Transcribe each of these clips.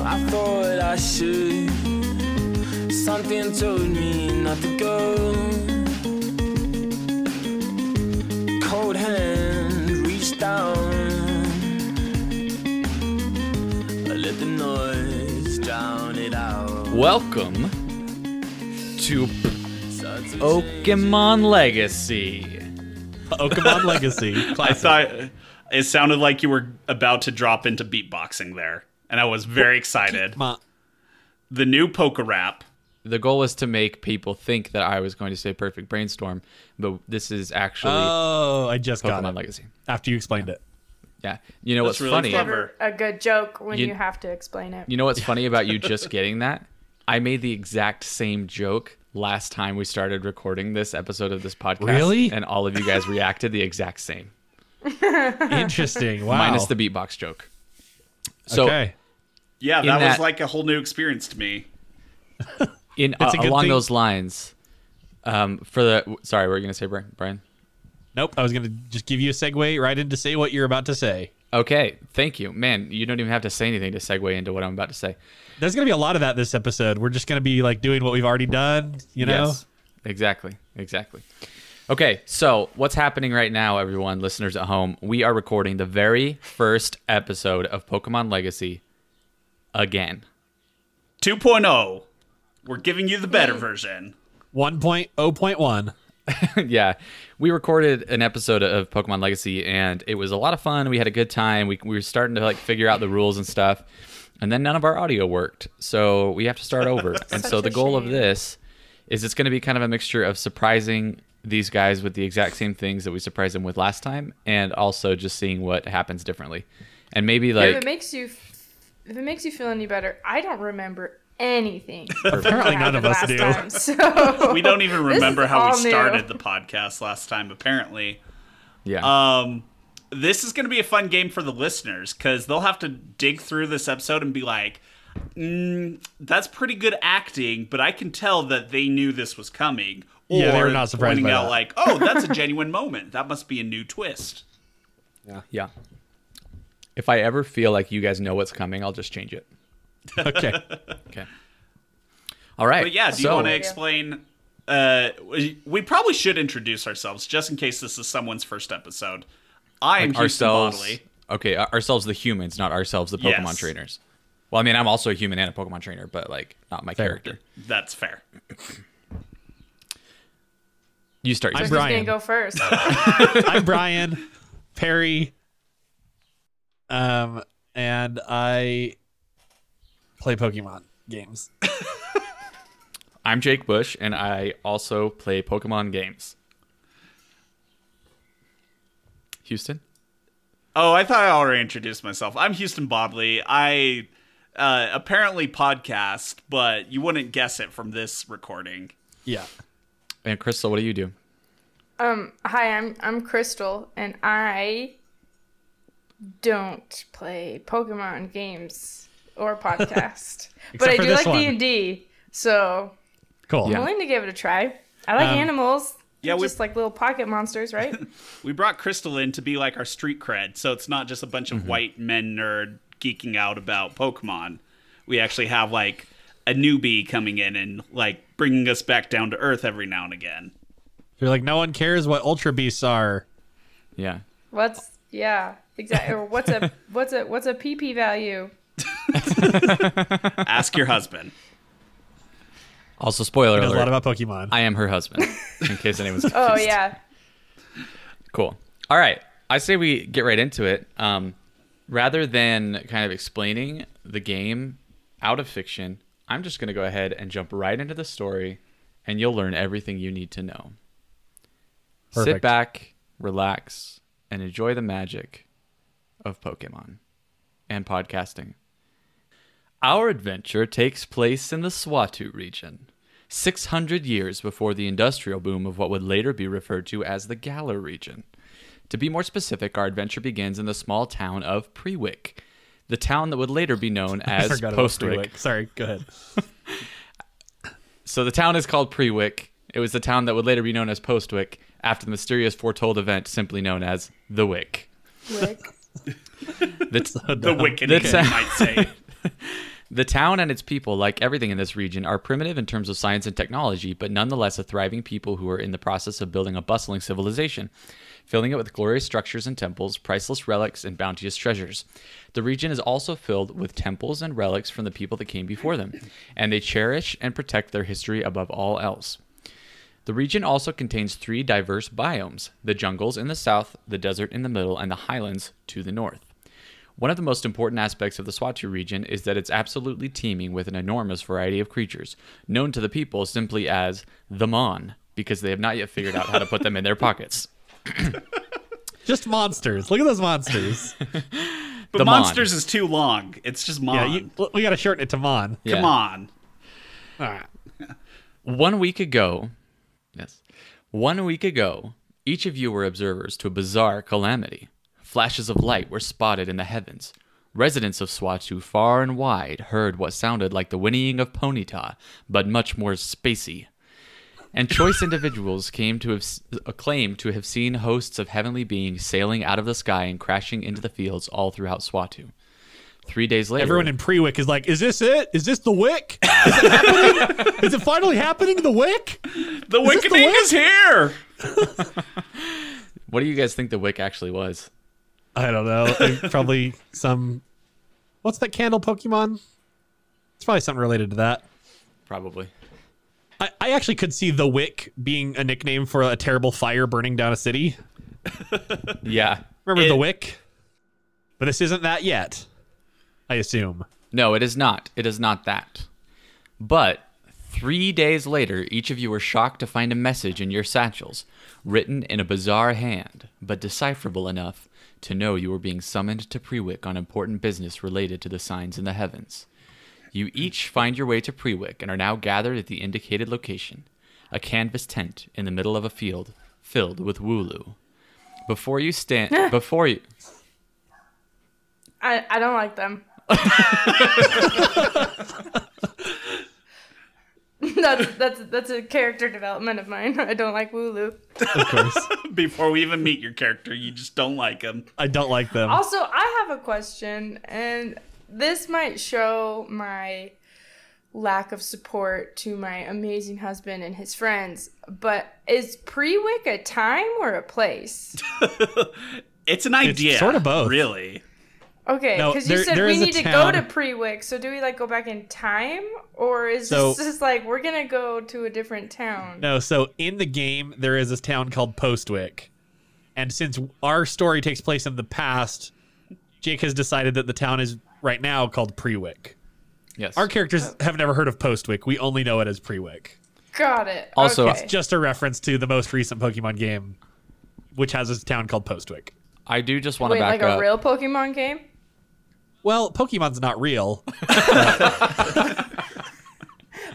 I thought I should. Something told me not to go. Cold hand reached down. I let the noise drown it out. Welcome to Such a Pokemon Legacy. Pokemon Legacy. I Classic. thought it sounded like you were about to drop into beatboxing there, and I was very excited. Ma- The new poker rap. The goal was to make people think that I was going to say Perfect Brainstorm, but this is actually Oh, I just got Pokemon it. Legacy. After you explained it. Yeah. You know what's That's really funny? clever. Never a good joke when You- you, have to explain it. You know what's funny about you just getting that? I made the exact same joke last time we started recording this episode of this podcast. Really? And all of you guys reacted the exact same, Interesting. Wow. minus the beatbox joke. So okay. Yeah, In that, was that- like a whole new experience to me. in uh, It's a good along thing- those lines, um, for the sorry, we're you gonna say Brian. Brian. Nope. I was going to just give you a segue right into say what you're about to say. Okay, thank you, man. You don't even have to say anything to segue into what I'm about to say. There's going to be a lot of that this episode. We're just going to be like doing what we've already done, you know? exactly, exactly. Okay, so what's happening right now, everyone, listeners at home? We are recording the very first episode of Pokemon Legacy again. 2.0. oh. We're giving you the better version. 1.0.1. yeah, we recorded an episode of Pokemon Legacy, and it was a lot of fun. We had a good time. We we were starting to like figure out the rules and stuff, and then none of our audio worked, so we have to start over. and so Such the a goal of shame. this is it's going to be kind of a mixture of surprising these guys with the exact same things that we surprised them with last time, and also just seeing what happens differently, and maybe if it like makes you, if it makes you feel any better, I don't remember anything. Apparently none of us do. so We don't even is remember how we all new. started the podcast last time, apparently. yeah. Um, this is going to be a fun game for the listeners because they'll have to dig through this episode and be like, mm, that's pretty good acting, but I can tell that they knew this was coming. Or Yeah, they were not surprised pointing by out that. like, oh, that's a genuine moment. That must be a new twist. yeah. If I ever feel like you guys know what's coming, I'll just change it. Okay. Okay. All right. But yeah, do you so- want to explain? Uh, we we probably should introduce ourselves just in case this is someone's first episode. I am Houston ourselves Bodley. okay our- ourselves the humans not ourselves the pokemon Yes. trainers well i mean i'm also a human and a pokemon trainer but like not my Fair. character That's fair. you start I'm yours. Bri- Brian. Who's gonna go first? I'm Brian Perry. Um, and I play Pokemon games. i'm jake bush and i also play pokemon games houston Oh, I thought I already introduced myself. I'm Houston Bodley. I uh, apparently podcast, but you wouldn't guess it from this recording. Yeah. and crystal what do you do um, hi, I'm I'm Crystal, and I don't play Pokemon games or podcast, but I for do this like one. D and D, so Cool. Yeah. willing to give it a try. I like Um, animals. yeah, They're we- just like little pocket monsters, right? We brought Crystal in to be like our street cred, so it's not just a bunch of white men nerd geeking out about Pokemon. We actually have like a newbie coming in and like bringing us back down to earth every now and again. You're like, no one cares what Ultra Beasts are. yeah What's yeah, exactly. Or what's a what's a what's a PP value? Ask your husband. also spoiler Knows a lot alert about Pokemon. i am her husband in case anyone's Oh confused. yeah, Cool. All right. I say we get right into it. Um, rather than kind of explaining the game out of fiction, I'm just going to go ahead and jump right into the story, and you'll learn everything you need to know. Sit Perfect. back, relax, and enjoy the magic of Pokemon and podcasting. Our adventure takes place in the Swatu region, 600 years before the industrial boom of what would later be referred to as the Galar region. To be more specific, our adventure begins in the small town of Prewick, the town that would later be known I as forgot about Postwick. Freewick. Sorry, go ahead. So the town is called Prewick. It was the town that would later be known as Postwick after the mysterious foretold event simply known as the Wick. Wick. The t- The Wiccan, That's- you might say. The town and its people, like everything in this region, are primitive in terms of science and technology, but nonetheless a thriving people who are in the process of building a bustling civilization, filling it with glorious structures and temples, priceless relics, and bounteous treasures. The region is also filled with temples and relics from the people that came before them, and they cherish and protect their history above all else. The region also contains three diverse biomes the jungles in the south, the desert in the middle, and the highlands to the north. One of the most important aspects of the Swatu region is that it's absolutely teeming with an enormous variety of creatures, known to the people simply as the Mon, because they have not yet figured out how to put them in their pockets. Just monsters. Look at those monsters. But The Mon. monsters is too long. It's just Mon. yeah, you, we got to shorten it to mon. Yeah. Come on. All right. One week ago, yes, one week ago, each of you were observers to a bizarre calamity. Flashes of light were spotted in the heavens. Residents of Swatu far and wide heard what sounded like the whinnying of Ponyta, but much more spacey. And choice individuals came to have s- uh, claim to have seen hosts of heavenly beings sailing out of the sky and crashing into the fields all throughout Swatu. Three days later, Everyone in pre-wick is like, is this it? Is this the wick? Is it happening? is it finally happening? The wick? The this the Wickening Wick? is here. what do you guys think the wick actually was? I don't know. Probably some. What's that candle Pokemon? It's probably something related to that. Probably. I, I actually could see the wick being a nickname for a terrible fire burning down a city. Yeah. Remember the It- wick? But this isn't that yet. I assume. No, it is not. It is not that. But three days later, each of you were shocked to find a message in your satchels, written in a bizarre hand, but decipherable enough to know you were being summoned to Prewick on important business related to the signs in the heavens. You each find your way to Prewick and are now gathered at the indicated location, a canvas tent in the middle of a field filled with wooloo. Before you stand, before you, I, I don't like them. that's that's that's a character development of mine. I don't like Wooloo. Of course. Before we even meet your character, you just don't like him. I don't like them. Also, I have a question, and this might show my lack of support to my amazing husband and his friends. But is Prewick a time or a place? It's an idea. sorta both. Really. Okay, No, because you there- said there we is a need to go town- to Prewick. So do we like go back in time, or is So- this just like we're gonna go to a different town? No, so in the game there is this town called Postwick. And since our story takes place in the past, Jake has decided that the town is right now called Prewick. yes. Our characters have never heard of Postwick. We only know it as Prewick. Got it. Also- okay. Just a reference to the most recent Pokemon game, which has a town called Postwick. I do just want to wait, back like a up. real Pokemon game? Well, Pokemon's not real.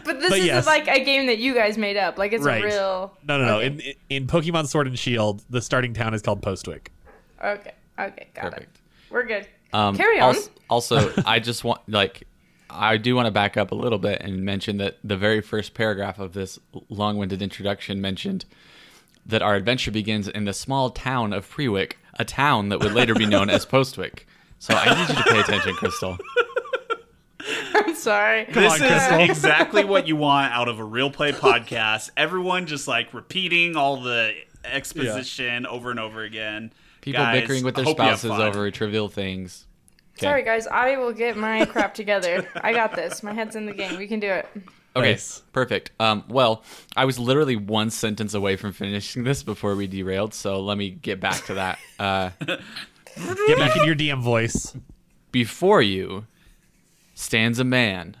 But this But is yes. like a game that you guys made up. Like it's Right. a real. No, no, no. In in Pokemon Sword and Shield, the starting town is called Postwick. Okay. Okay. Got Perfect. it. We're good. Um, Carry on. als- Also, I just want like I do want to back up a little bit and mention that the very first paragraph of this long-winded introduction mentioned that our adventure begins in the small town of Prewick, a town that would later be known as Postwick. So I need you to pay attention, Crystal. I'm sorry. This on, is Crystal. exactly what you want out of a real play podcast. Everyone just like repeating all the exposition over and over again. People Guys, bickering with I their hope you have spouses fun. over trivial things. Okay. Sorry, guys. I will get my crap together. I got this. My head's in the game. We can do it. Okay, Nice. perfect. Um, well, I was literally one sentence away from finishing this before we derailed, so let me get back to that. Uh, Get back in your DM voice. Before you stands a man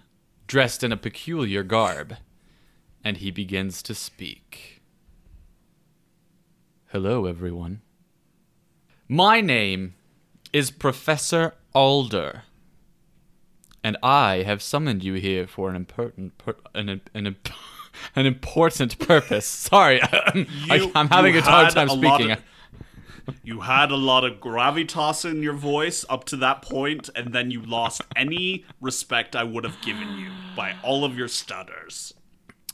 dressed in a peculiar garb, and he begins to speak. Hello, everyone. My name is Professor Alder, and I have summoned you here for an important, pur- an, an, an, an important purpose. Sorry, I, You- I'm having you a hard had time a lot speaking. of- You had a lot of gravitas in your voice up to that point, and then you lost any respect I would have given you by all of your stutters.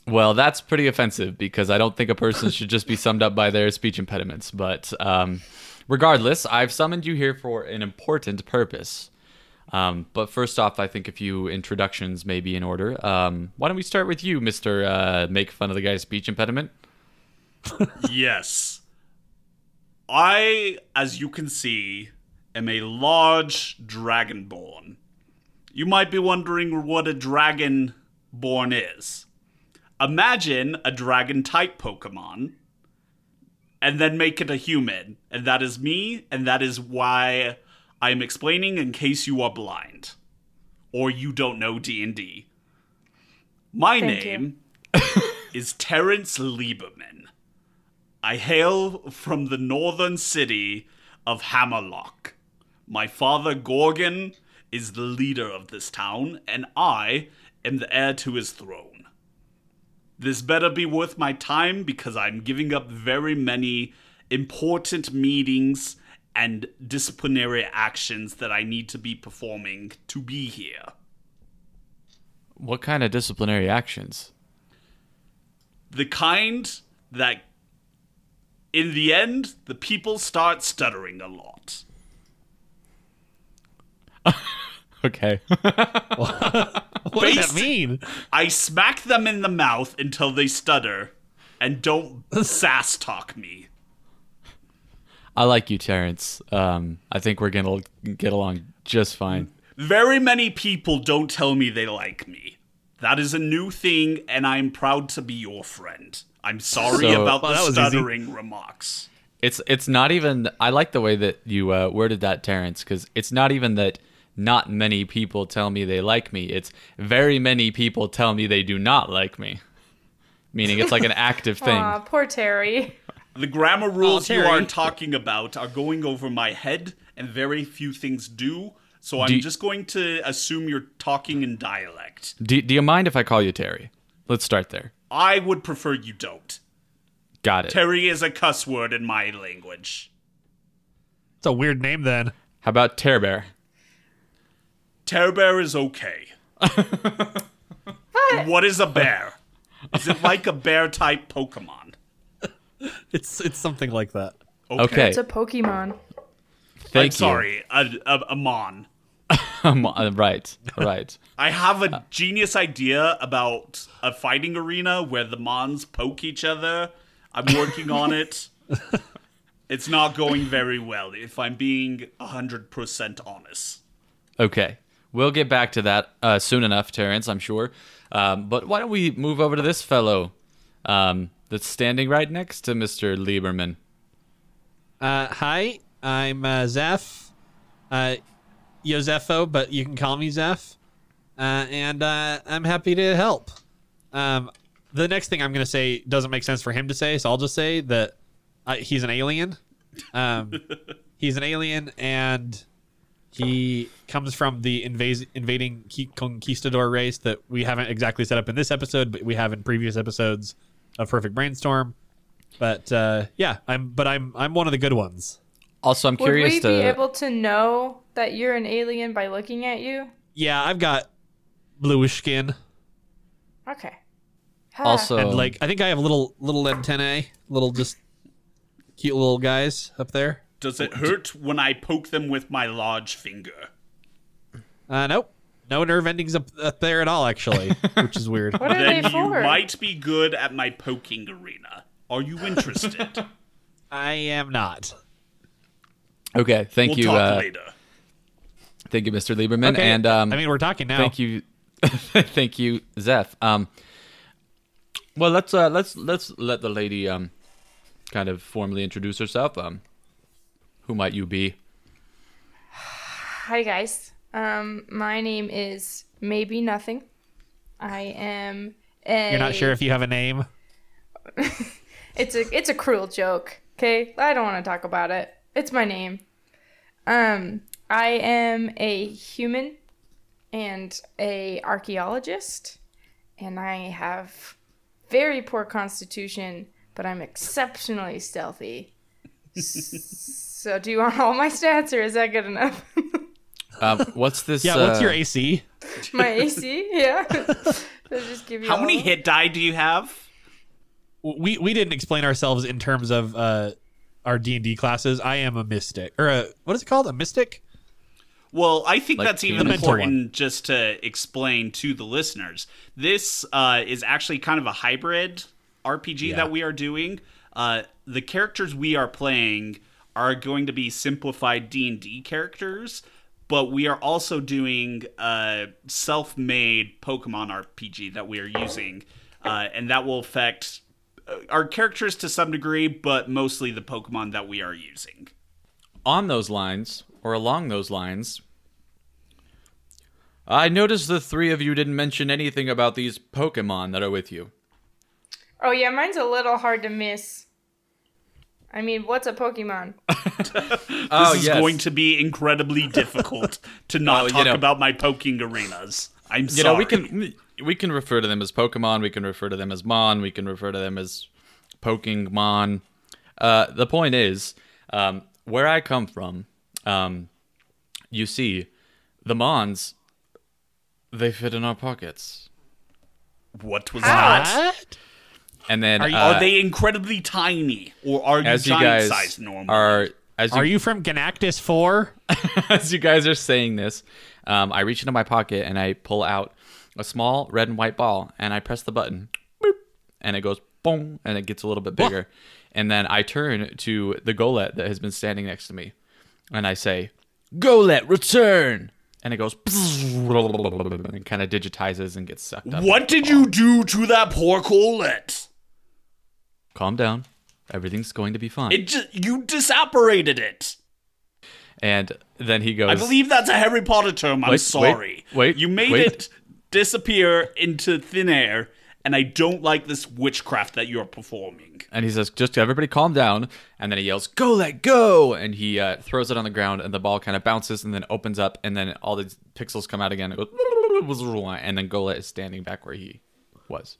Well, that's pretty offensive because I don't think a person should just be summed up by their speech impediments. But um, regardless, I've summoned you here for an important purpose. Um, but first off, I think a few introductions may be in order. Um, why don't we start with you, Mister uh, Make Fun of the Guy's Speech Impediment? yes. I, as you can see, am a large dragonborn. You might be wondering what a dragonborn is. Imagine a dragon type Pokemon, and then make it a human. And that is me, and that is why I'm explaining in case you are blind or you don't know D&D. My Thank you. name is Terrence Lieberman. I hail from the northern city of Hammerlock. My father, Gorgon, is the leader of this town, and I am the heir to his throne. This better be worth my time because I'm giving up very many important meetings and disciplinary actions that I need to be performing to be here. What kind of disciplinary actions? the kind that in the end the people start stuttering a lot Okay. What does that Basic- mean? i smack them in the mouth until they stutter and don't sass talk me I like you, Terrence. Um, I think we're gonna get along just fine. very many people don't tell me they like me that is a new thing and i'm proud to be your friend i'm sorry So- about Well, that the was easy. stuttering remarks It's it's not even. I like the way that you uh, worded that, Terrence, because it's not even that not many people tell me they like me. It's very many people tell me they do not like me. Meaning it's like an active thing. Aw, poor Terry. the grammar rules you are Oh, Terry. talking about are going over my head and very few things do so i'm Do you- just going to assume you're talking in dialect Do, do you mind if I call you Terry? Let's start there. I would prefer you don't. Got it. Terry is a cuss word in my language. It's a weird name then. How about Terror Bear? Terror bear is okay. what is a bear? Is it like a bear type Pokemon? It's it's something like that. Okay. It's a Pokemon. Thank I'm sorry, a, a, a mon. you. Um, uh, right. Right. I have a genius idea about a fighting arena where the mons poke each other. I'm working on it. It's not going very well, if I'm being 100% honest. Okay. We'll get back to that uh, soon enough, Terrence, I'm sure. Um, but why don't we move over to this fellow um, that's standing right next to Mr. Lieberman? Uh, hi, I'm uh, Zeph, uh, Yosefo, but you can call me Zeph, uh, and uh, I'm happy to help. Um, the next thing I'm going to say doesn't make sense for him to say, so I'll just say that uh, he's an alien. Um, he's an alien, and he comes from the invas- invading ki- conquistador race that we haven't exactly set up in this episode, but we have in previous episodes of Perfect Brainstorm. But uh, yeah, I'm but I'm I'm one of the good ones. Also, I'm Would curious we to. be able to know that you're an alien by looking at you? Yeah, I've got bluish skin Okay. Ha. also, and like I think I have little little antennae, little just cute little guys up there. Does it hurt when I poke them with my large finger? Uh, nope, no nerve endings up, up there at all actually, which is weird. what are then they you for? might be good at my poking arena. Are you interested? I am not. okay, thank we'll you, talk uh, later. thank you, Mr. Lieberman, Okay, and um, I mean we're talking now. thank you, thank you, Zeph. Um, well, let's uh, let's let's let the lady um, kind of formally introduce herself. Um, who might you be? Hi guys. Um, my name is Maybe Nothing. I am. A, You're not sure if you have a name. It's a it's a cruel joke. Okay, I don't want to talk about it. It's my name. Um, I am a human and a archaeologist, and I have very poor constitution, but I'm exceptionally stealthy. so, do you want all my stats, or is that good enough? Um, what's this? Yeah, what's uh, your AC? my AC, yeah. They'll just give you How all many of them. hit die do you have? we we didn't explain ourselves in terms of uh, our D and D classes. I am a mystic, or a, what is it called? A mystic? Well, I think Like that's being even a mentor important just to explain to the listeners. This uh, is actually kind of a hybrid RPG Yeah. that we are doing. Uh, the characters we are playing are going to be simplified D and D characters, but we are also doing a self-made Pokemon RPG that we are using, uh, and that will affect uh, our characters to some degree, but mostly the Pokemon that we are using. on those lines or along those lines i noticed the three of you didn't mention anything about these pokemon that are with you Oh yeah, mine's a little hard to miss. I mean, what's a Pokemon? oh this is going to be incredibly difficult to not you talk know. about my poking arenas. I'm you sorry. know we can we can refer to them as pokemon we can refer to them as mon we can refer to them as poking mon uh, the point is um, where i come from um, you see the mons they fit in our pockets What was that? What? and then Are you- uh, Are they incredibly tiny, or are you as you giant guys size normal? are as you Are you from Ganactus 4? as you guys are saying this, um, I reach into my pocket and I pull out a small red and white ball and I press the button, boop, and it goes boom, and it gets a little bit bigger. And then I turn to the golet that has been standing next to me, and I say, "Golet, return!" And it goes and kind of digitizes and gets sucked up. what did you do to that poor Colette? Calm down. Everything's going to be fine. It just you disapparated it. and then he goes, I believe that's a Harry Potter term. I'm Wait, sorry. wait, wait, you made wait. it disappear into thin air, and I don't like this witchcraft that you're performing. and he says, "Just everybody, calm down." And then he yells, "Go, let go!" And he uh, throws it on the ground, and the ball kind of bounces and then opens up, and then all the pixels come out again. It goes, and then Gola is standing back where he was.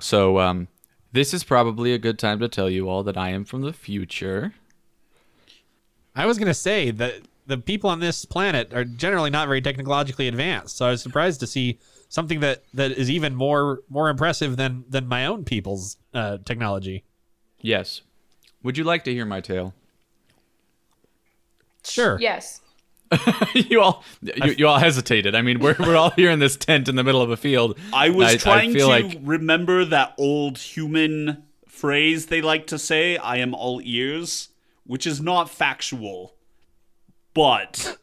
So, um, this is probably a good time to tell you all that I am from the future. I was going to say that the people on this planet are generally not very technologically advanced. So I was surprised to see something that, that is even more more impressive than than my own people's uh, technology. Yes. Would you like to hear my tale? Sure. Yes. you all, you, you all hesitated. I mean, we're we're all here in this tent in the middle of a field. I was trying feel to like remember that old human phrase they like to say, I am all ears, which is not factual, but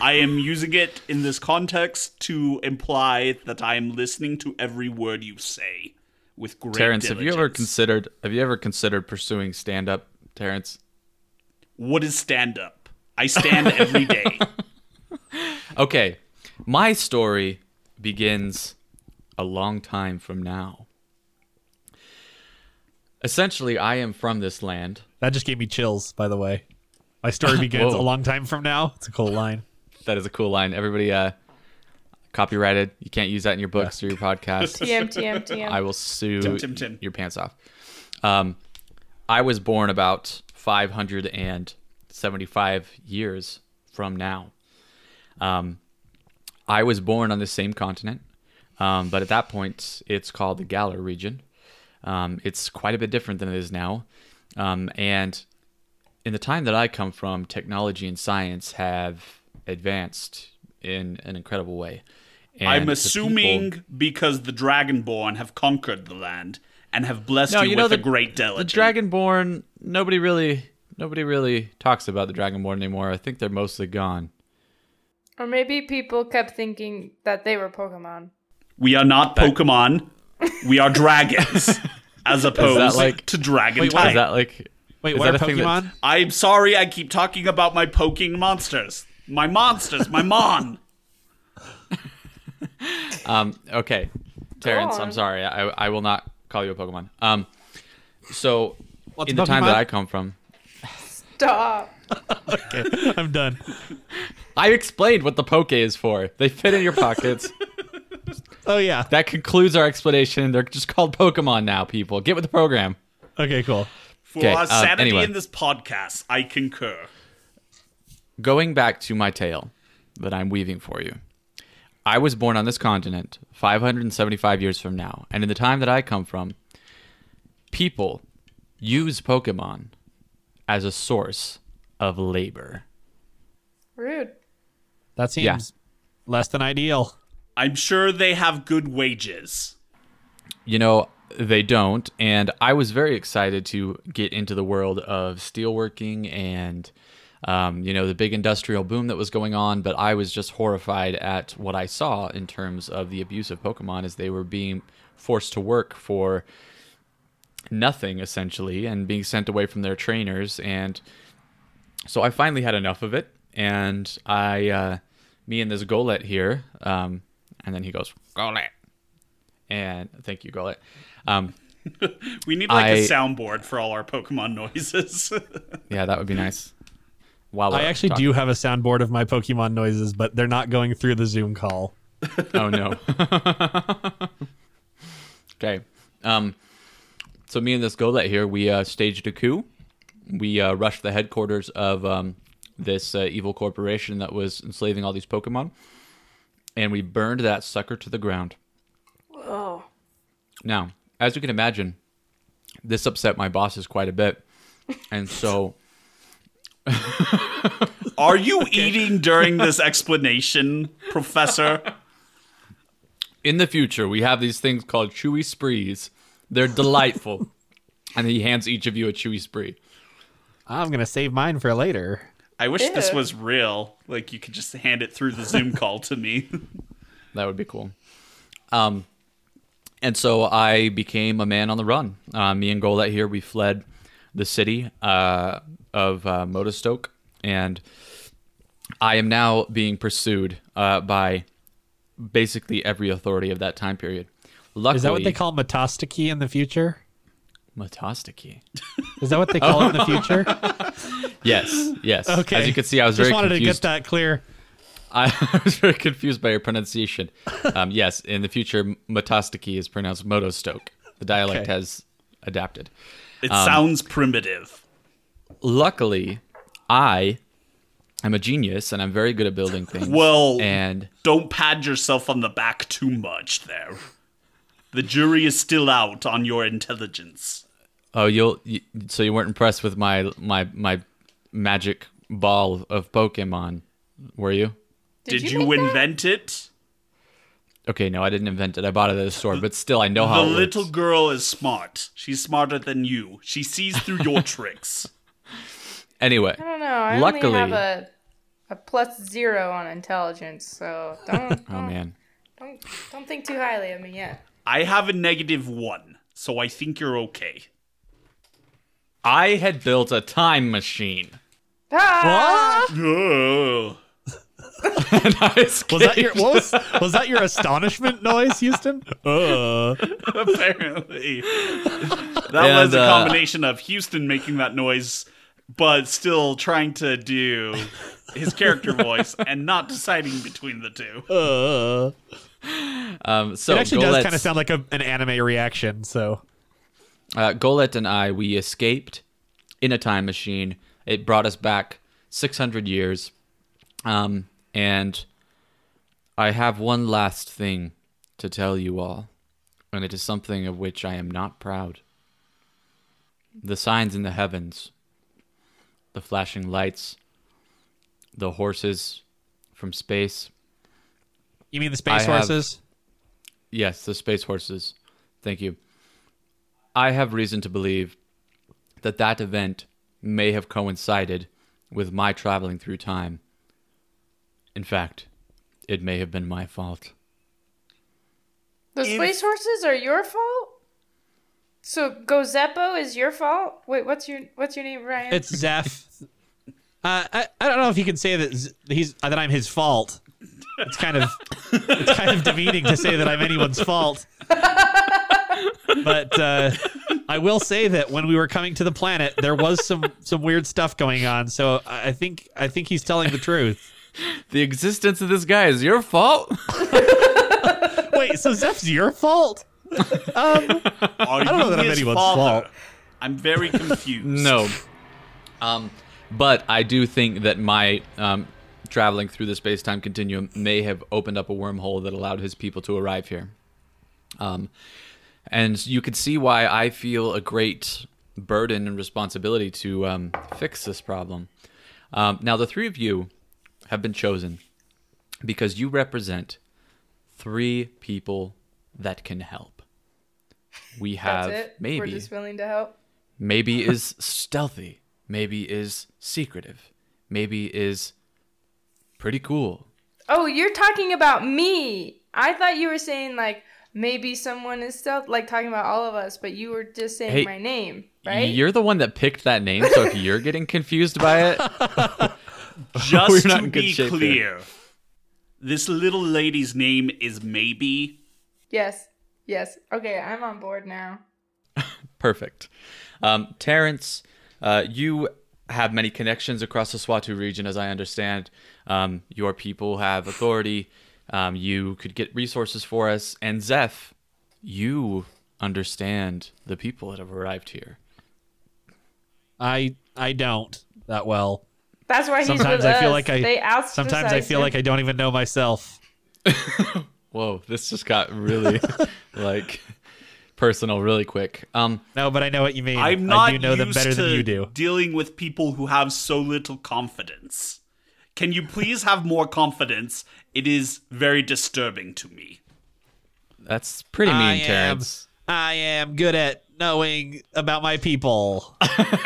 I am using it in this context to imply that I am listening to every word you say with great Terrence, have you ever diligence. considered have you ever considered pursuing stand up, Terrence? what is stand up? I stand every day. Okay. My story begins a long time from now. Essentially, I am from this land. That just gave me chills, by the way. My story begins Whoa. a long time from now. It's a cool line. That is a cool line. Everybody uh copyrighted. You can't use that in your books or your podcast. TM TM TM. I will sue Tim, Tim, Tim. your pants off. Um, I was born about 575 years from now. Um, I was born on the same continent, um, but at that point, it's called the Galar region. Um, it's quite a bit different than it is now. Um, and in the time that I come from, technology and science have advanced in an incredible way. And I'm the assuming people- because the Dragonborn have conquered the land and have blessed you, with a great the diligence. Dragonborn. Nobody really, nobody really talks about the Dragonborn anymore. I think they're mostly gone. or maybe people kept thinking that they were Pokemon. We are not Pokemon. we are dragons, as opposed like- to dragon Wait, type. what is that like? Wait, is what that are a thing that- Pokemon? I'm sorry, I keep talking about my poking monsters. My monsters, my mon. Um, okay, Terrence, I'm on. sorry. I, I will not call you a Pokemon. Um, so What's in a the time that Pokemon? I come from, Stop. I'm done. I explained what the Poke is for. They fit in your pockets. Oh yeah. that concludes our explanation. They're just called Pokemon now, people. Get with the program. Okay, cool. For Okay, our um, sanity anyway. in this podcast, I concur. going back to my tale that I'm weaving for you, I was born on this continent 575 years from now. And in the time that I come from, people use Pokemon as a source of labor. Rude. That seems Yeah. less than ideal. I'm sure they have good wages. You know, they don't. And I was very excited to get into the world of steelworking and, um, you know, the big industrial boom that was going on. But I was just horrified at what I saw in terms of the abuse of Pokemon as they were being forced to work for nothing, essentially, and being sent away from their trainers. And so I finally had enough of it. And I, uh, me and this Golet here, um, and then he goes, Golet and thank you, Gullet. Um, We need like a I- soundboard for all our Pokemon noises. yeah, that would be nice. While I we're actually talking- do have a soundboard of my Pokemon noises, but they're not going through the Zoom call. Oh no. okay. Um, so me and this Golet here, we uh, staged a coup. We uh, rushed the headquarters of um, this uh, evil corporation that was enslaving all these Pokemon, and we burned that sucker to the ground. Whoa. Now, as you can imagine, this upset my bosses quite a bit, and so. Are you eating during this explanation, Professor? in the future, we have these things called chewy sprees. They're delightful. and he hands each of you a chewy spree. I'm gonna save mine for later. I wish this Ew. was real. Like you could just hand it through the Zoom call to me. That would be cool. Um, and so I became a man on the run. Uh, me and Golet here, we fled the city uh, of uh, Modestoke, and I am now being pursued uh, by basically every authority of that time period. Luckily, Is that what they call Metastaki in the future? Matostiki? Is that what they call it in the future? Yes, yes. Okay. As you can see, I was Just very wanted confused. to get that clear. I was very confused by your pronunciation. Um, yes, in the future, Motostiki is pronounced Motostoke. The dialect Okay. has adapted. It Um, sounds primitive. Luckily, I am a genius and I'm very good at building things. Well- and Don't pad yourself on the back too much there. The jury is still out on your intelligence. oh, you'll you, so you weren't impressed with my my my magic ball of Pokemon, were you? Did, you, make that? invent it? Okay, no, I didn't invent it. I bought it at a store, but still, I know how the it works. little girl is smart. She's smarter than you. She sees through your tricks. Anyway, I don't know. I Luckily- only have a a plus zero on intelligence, so don't oh man, don't don't think too highly of me yet. I have a negative one, so I think you're okay. I had built a time machine. Ah! Oh. And I Was that your what was, was that your astonishment noise, Houston? Uh, apparently. That And, was a uh, combination of Houston making that noise, but still trying to do his character voice and not deciding between the two. uh. Um, so It actually does Golet's- kind of sound like a, an anime reaction. So Uh, Golet and I, we escaped in a time machine. It brought us back 600 years. Um, and I have one last thing to tell you all, and it is something of which I am not proud. The signs in the heavens, the flashing lights, the horses from space. you mean the I space have- horses? Yes, the space horses. Thank you. I have reason to believe that that event may have coincided with my traveling through time. In fact, it may have been my fault. The space horses are your fault. So Gozeppo is your fault. Wait, what's your what's your name, Ryan? It's Zeph. Uh, I, I don't know if you can say that Z- he's uh, that I'm his fault. It's kind of it's kind of demeaning to say that I'm anyone's fault. But uh, I will say that when we were coming to the planet, there was some some weird stuff going on. So I I think I think he's telling the truth. The existence of this guy is your fault? Wait, so Zeph's your fault? Um, I don't know that I'm anyone's fault. I'm very confused. no. Um, but I do think that my um, traveling through the space time continuum may have opened up a wormhole that allowed his people to arrive here. Um, and you can see why I feel a great burden and responsibility to um, fix this problem. Um, now, the three of you have been chosen because you represent three people that can help. We That's have it. maybe We're just willing to help. maybe is stealthy, maybe is secretive, maybe is pretty cool. Oh, you're talking about me. I thought you were saying like maybe someone is stealth, like talking about all of us, but you were just saying Hey, my name, right? You're the one that picked that name, so if you're getting confused by it, Just We're not to in good be shape here. clear, this little lady's name is Maybe. yes, yes. Okay, I'm on board now. Perfect. Um, Terrence, uh, you have many connections across the Swatu region, as I understand. Um, your people have authority. Um, you could get resources for us. And Zeph, you understand the people that have arrived here. I I don't that well. That's why he's Sometimes with I feel us. like I they outsticed sometimes I feel him. like I don't even know myself. Whoa, this just got really like personal really quick. Um, No, but I know what you mean. I'm not I do know them used better to than you do. dealing with people who have so little confidence. Can you please have more confidence? It is very disturbing to me. that's pretty mean, I am- Terrence. I am good at knowing about my people.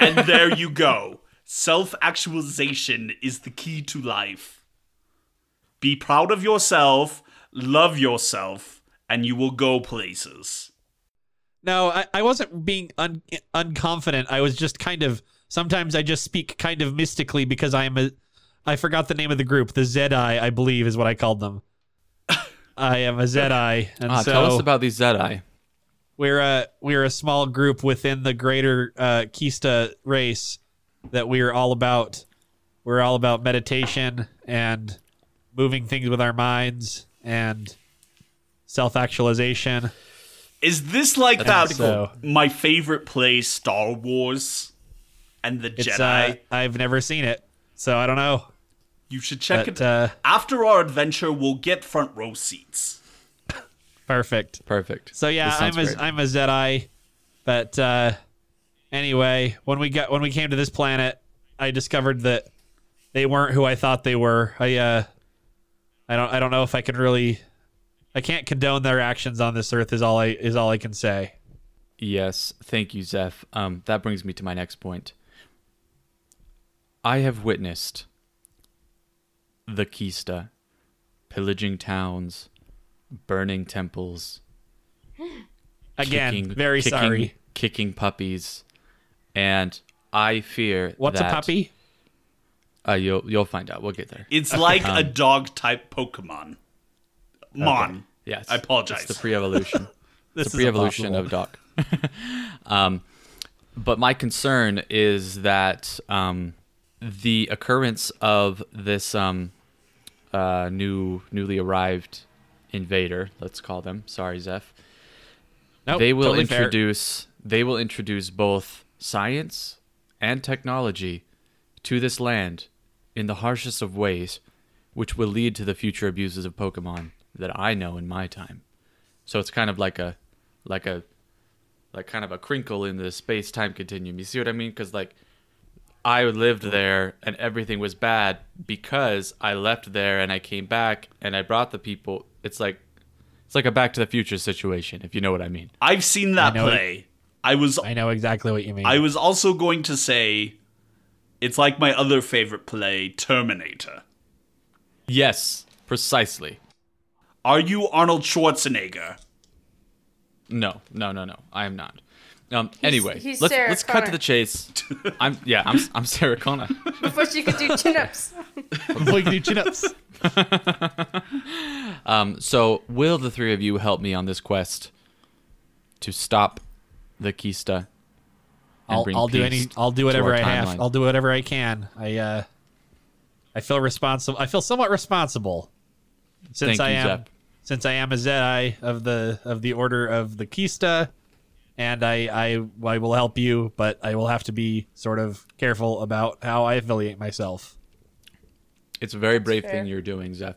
And there you go. Self actualization is the key to life. Be proud of yourself, love yourself, and you will go places. No, I, I wasn't being un, unconfident. I was just kind of sometimes I just speak kind of mystically because I am a I forgot the name of the group. The Zedi, I believe, is what I called them. I am a Zedi, and Ah, so tell us about these Zedai. we're a we're a small group within the greater uh, Kista race that we're all about. We're all about meditation and moving things with our minds and self actualization. Is this like that? so. My favorite play, Star Wars and the It's Jedi. uh, I've never seen it, so I don't know. you should check but, it. uh, After our adventure, we'll get front row seats. Perfect. Perfect. So yeah, This sounds I'm a great. am a Zedi, but uh, anyway, when we got when we came to this planet, I discovered that they weren't who I thought they were. I uh, I don't I don't know if I can really, I can't condone their actions on this earth. Is all I is all I can say. Yes, thank you, Zeph. Um, that brings me to my next point. I have witnessed the Kista pillaging towns, burning temples, Again, kicking, very kicking- sorry. kicking puppies, and I fear What's that- a puppy? Uh, you'll you'll find out. We'll get there. It's like a dog type Pokemon. Mon. Yes, I apologize. It's the pre-evolution. This it's a pre-evolution impossible. of Doc. um, but my concern is that um, the occurrence of this um, uh, new, newly arrived invader, let's call them. Sorry, Zeph. Nope, they will totally fair. introduce. They will introduce both science and technology to this land in the harshest of ways, which will lead to the future abuses of Pokemon that I know in my time. So it's kind of like a, like a, like kind of a crinkle in the space time continuum. You see what I mean? Because like, I lived there and everything was bad because I left there and I came back and I brought the people. It's like, it's like a Back to the Future situation, if you know what I mean. I've seen that know it. play. I was I know exactly what you mean. I was also going to say it's like my other favorite play, Terminator. Yes, precisely. Are you Arnold Schwarzenegger? No, no, no, no. I am not. Um. anyway, he's let's Sarah let's cut to Connor. the chase. I'm yeah. I'm I'm Sarah Connor. Before she could do chin ups. Boing, do chin-ups. Um. So will the three of you help me on this quest to stop the Kista? and I'll, bring I'll do peace any I'll to do whatever our I have. timeline? I'll do whatever I can. I uh I feel responsible. I feel somewhat responsible since Thank I you, am Zep. since I am a Zedi of the of the order of the Kista and I I I will help you, but I will have to be sort of careful about how I affiliate myself. It's a very brave fair. thing you're doing, Zeph.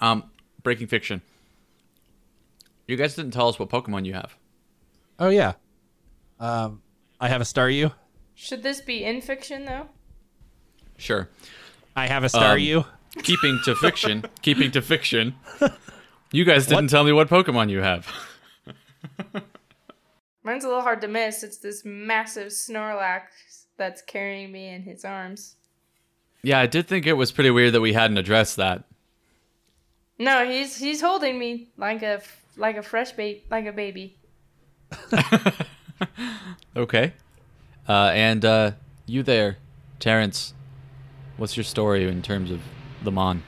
Um, breaking fiction. You guys didn't tell us what Pokemon you have. Oh yeah. Um I have a star you. Should this be in fiction though? Sure. I have a star Um, you. keeping to fiction, keeping to fiction. You guys didn't tell me what Pokemon you have. Mine's a little hard to miss. It's this massive Snorlax that's carrying me in his arms. Yeah, I did think it was pretty weird that we hadn't addressed that. No, he's he's holding me like a f- like a fresh baby, like a baby. Okay. Uh, and uh, you there, Terrence, what's your story in terms of the Mon?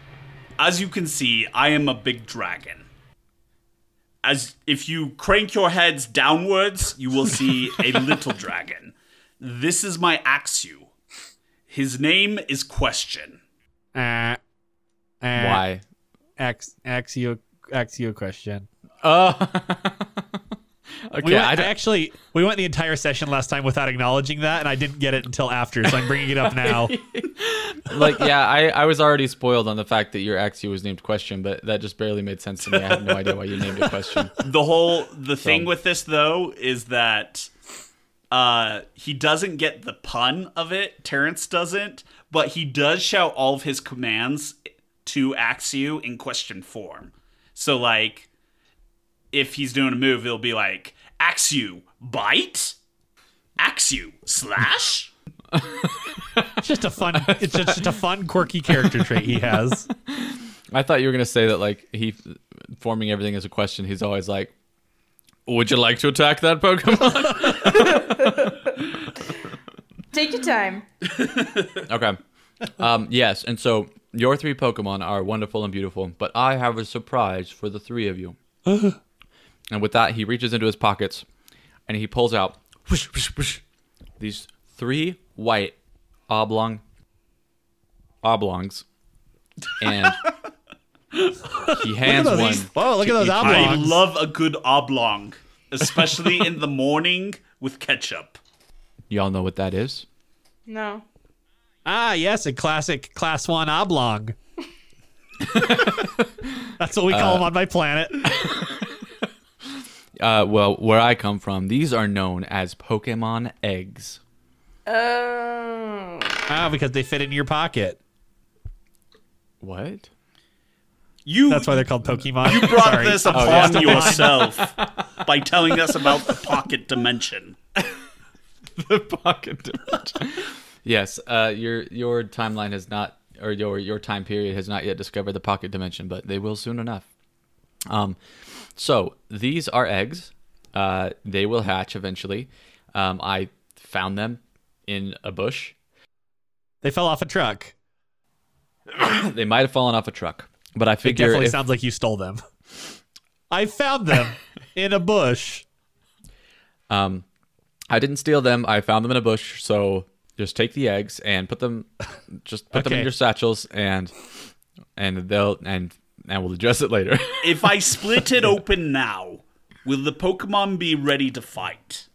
As you can see, I am a big dragon. As if you crank your heads downwards, you will see a little dragon. This is my Axew. His name is Question. Uh, uh, Why? Ax, axio, axio question. Uh, okay, Oh. We went- I I don't, actually we went the entire session last time without acknowledging that, and I didn't get it until after, so I'm bringing it up now. like yeah, I, I was already spoiled on the fact that your Axie was named Question, but that just barely made sense to me. I had no idea why you named it Question. The whole the thing So- with this though is that uh he doesn't get the pun of it. Terrence doesn't, but he does shout all of his commands to Axew in question form. So like if he's doing a move, it'll be like Axew bite, Axew slash. It's just a fun. It's just, just a fun, quirky character trait he has. I thought you were gonna say that like he forming everything as a question. He's always like, "Would you like to attack that Pokemon?" Take your time. okay. Um, yes, and so your three Pokemon are wonderful and beautiful, but I have a surprise for the three of you. and with that, he reaches into his pockets and he pulls out whoosh, whoosh, whoosh, these three white oblong oblongs, and he hands one. Whoa! Look at those I oblongs. love a good oblong, especially in the morning with ketchup. Y'all know what that is. No. ah, yes, a classic class one oblong. That's what we call them on my planet. Uh, well, where I come from, these are known as Pokemon eggs. Oh. Ah, because they fit in your pocket. What? You That's why they're called Pokemon. You brought Sorry. this Oh, yeah. upon yourself by telling us about the pocket dimension. The pocket dimension. yes, uh, your your timeline has not, or your your time period has not yet discovered the pocket dimension, but they will soon enough. Um, so these are eggs. Uh, they will hatch eventually. Um, I found them in a bush. They fell off a truck. They might have fallen off a truck, but I It figure definitely if sounds like you stole them. I found them in a bush. Um, I didn't steal them. I found them in a bush. So just take the eggs and put them, just put them in Okay. your satchels, and and they'll and and we'll address it later. If I split it open now, will the Pokemon be ready to fight?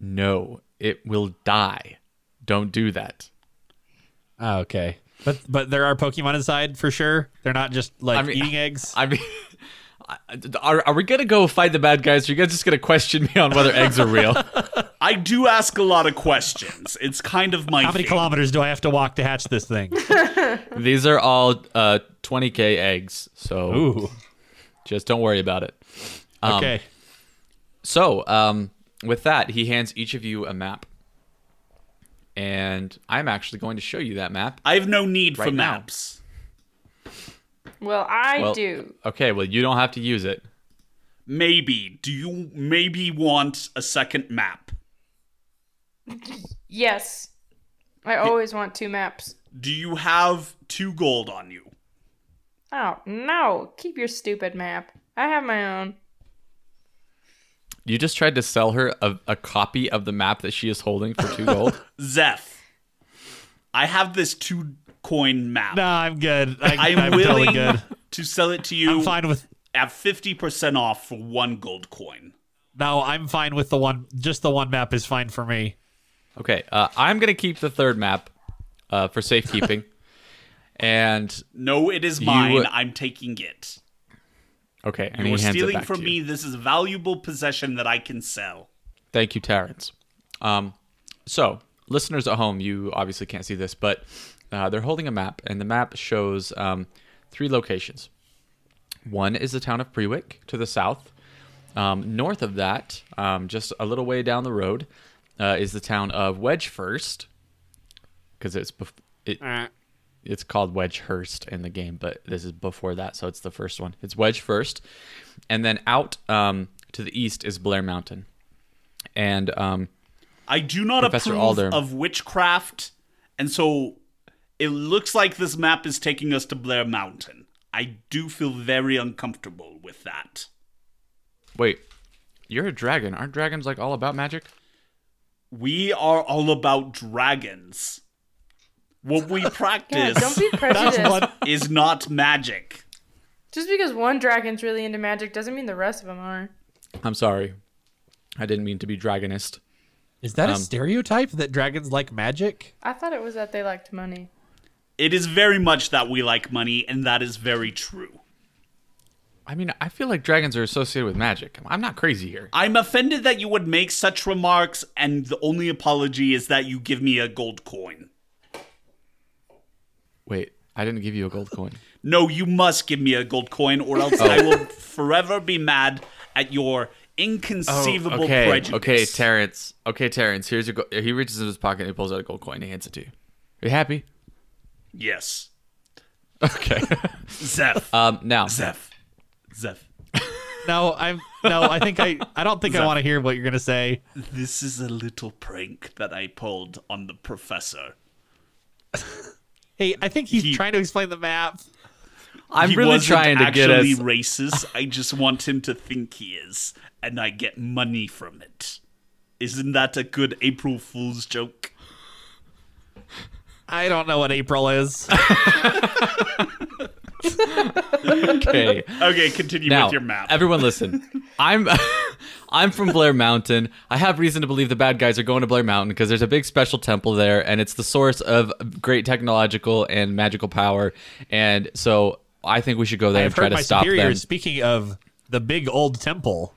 no, it will die. Don't do that. Oh, okay. But but there are Pokemon inside for sure. They're not just like I mean- eating eggs. I mean. Are, are we gonna go fight the bad guys? Or are you guys just gonna question me on whether eggs are real? I do ask a lot of questions. It's kind of my How many thing. kilometers do I have to walk to hatch this thing? These are all uh, 20k eggs, so Ooh. just don't worry about it. Um, Okay. So, um, with that, he hands each of you a map. And I'm actually going to show you that map. I have no need for Right now. maps. Well, I Well, do. Okay, well, you don't have to use it. Maybe. Do you maybe want a second map? Yes. I always want two maps. Do you have two gold on you? Oh, no. Keep your stupid map. I have my own. You just tried to sell her a, a copy of the map that she is holding for two gold. Zeph, I have this two coin map. No, I'm good. I, I'm, I'm, willing totally good. to sell it to you. I'm fine with at 50% off for one gold coin. no. I'm fine with the one. Just the one map is fine for me. okay, uh, I'm going to keep the third map uh, for safekeeping. and, No, it is mine. would- I'm taking it. okay, and You are he hands it stealing back from to you. me. This is a valuable possession that I can sell. Thank you, Terrence. Um, so, listeners at home, you obviously can't see this, but Uh, they're holding a map, and the map shows um, three locations. One is the town of Prewick to the south. Um, north of that, um, just a little way down the road, uh, is the town of Wedgefirst, because it's bef- it, it's called Wedgehurst in the game, but this is before that, so it's the first one. It's Wedgefirst, and then out um, to the east is Blair Mountain, and um, I do not Professor approve Alder. of witchcraft, and so it looks like this map is taking us to Blair Mountain. I do feel very uncomfortable with that. wait, you're a dragon. Aren't dragons like all about magic? We are all about dragons. What we Yeah, practice don't be prejudiced. That's what is not magic. Just because one dragon's really into magic doesn't mean the rest of them are. I'm sorry, I didn't mean to be dragonist. is that a Um, stereotype that dragons like magic? I thought it was that they liked money. It is very much that we like money, and that is very true. I mean, I feel like dragons are associated with magic. I'm not crazy here. I'm offended that you would make such remarks, and the only apology is that you give me a gold coin. Wait, I didn't give you a gold coin. No, you must give me a gold coin, or else Oh. I will forever be mad at your inconceivable Oh, okay, prejudice. okay, Terrence. Okay, Terrence. Here's your. Go- he reaches in his pocket and he pulls out a gold coin. And he hands it to you. Are you happy? yes, Okay. Zeph, um. Now. Zeph, Zeph. No, I'm no. I think I. I don't think I want to hear what you're gonna say. This is a little prank that I pulled on the professor. Hey, I think he's He- trying to explain the map. I'm he really wasn't trying to get us. actually racist. I just want him to think he is, and I get money from it. Isn't that a good April Fool's joke? I don't know what April is. okay. Okay, continue Now, with your map. everyone, listen. I'm. I'm from Blair Mountain. I have reason to believe the bad guys are going to Blair Mountain because there's a big special temple there, and it's the source of great technological and magical power. And so I think we should go there I've and try heard to my stop superior them. is speaking of the big old temple.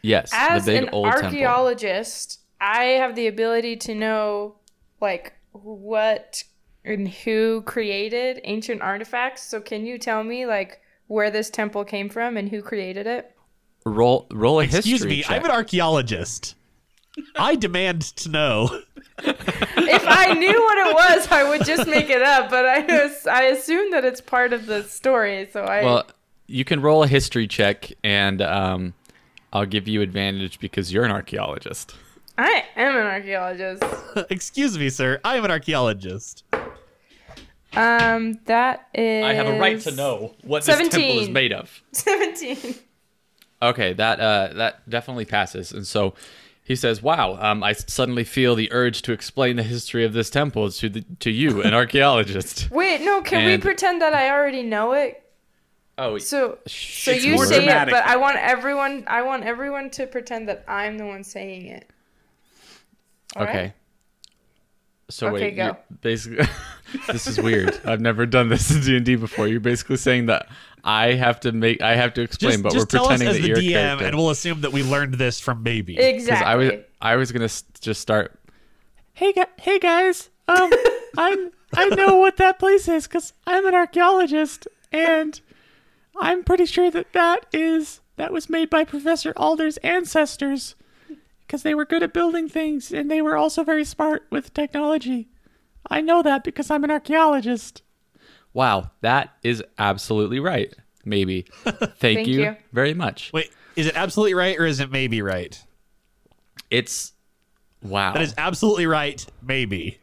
yes, As the big an old temple. archaeologist, I have the ability to know like what and who created ancient artifacts. So can you tell me like where this temple came from and who created it? Roll, roll a Excuse history me, check. I'm an archaeologist. I demand to know. If I knew what it was, I would just make it up. But I as- I assume that it's part of the story. So I Well, you can roll a history check, and um, I'll give you advantage because you're an archaeologist. I am an archaeologist. Excuse me, sir. I am an archaeologist. Um, that is. what this temple is 17. made of. Seventeen. Okay, that uh, that definitely passes. And so he says, "Wow, um, I suddenly feel the urge to explain the history of this temple to the, to you, an archaeologist." Wait, no. Can we And- pretend that I already know it? oh, So, so It's you more say it, dramatic but I than want everyone. I want everyone to pretend that I'm the one saying it. All okay. right? So Okay, wait, go. you're basically, this is weird. I've never done this in D and D before. You're basically saying that I have to make, I have to explain, Just, but just we're tell us pretending as that the you're a DM, character. and we'll assume that we learned this from baby. Because Exactly. I was I was gonna s- just start. Hey, gu- hey guys. Um, I'm I know what that place is because I'm an archaeologist, and I'm pretty sure that that is that was made by Professor Alder's ancestors, because they were good at building things and they were also very smart with technology. I know that because I'm an archaeologist. Wow, that is absolutely right. Maybe. Thank, you you you. very much. Wait, is it absolutely right or is it maybe right? It's wow. That is absolutely right, maybe.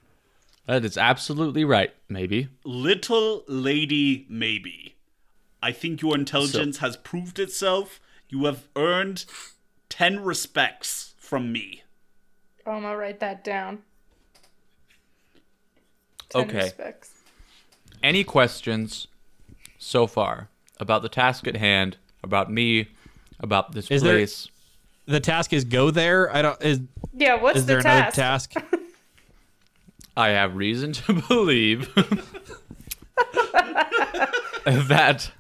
That is absolutely right, maybe. Little Lady Maybe. I think your intelligence has proved itself. You have earned 10 respects from me. Oh, I'm gonna write that down. Ten Okay. respects. Any questions so far about the task at hand, about me, about this Is there- place? The task is go there. I don't is Yeah. What's is the there another task? task? I have reason to believe that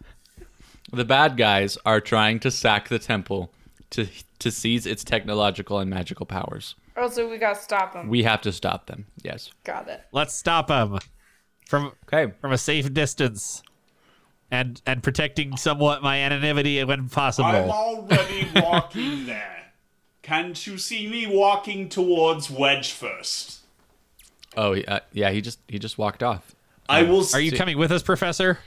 the bad guys are trying to sack the temple to to seize its technological and magical powers. Also, we gotta stop him. We have to stop them. Yes. Got it. Let's stop him. from Okay. from a safe distance, and and protecting somewhat my anonymity when possible. I'm already walking there. Can't you see me walking towards Wedge first? Oh, yeah, yeah. He just he just walked off. I will. Hmm. Are you coming with us, Professor?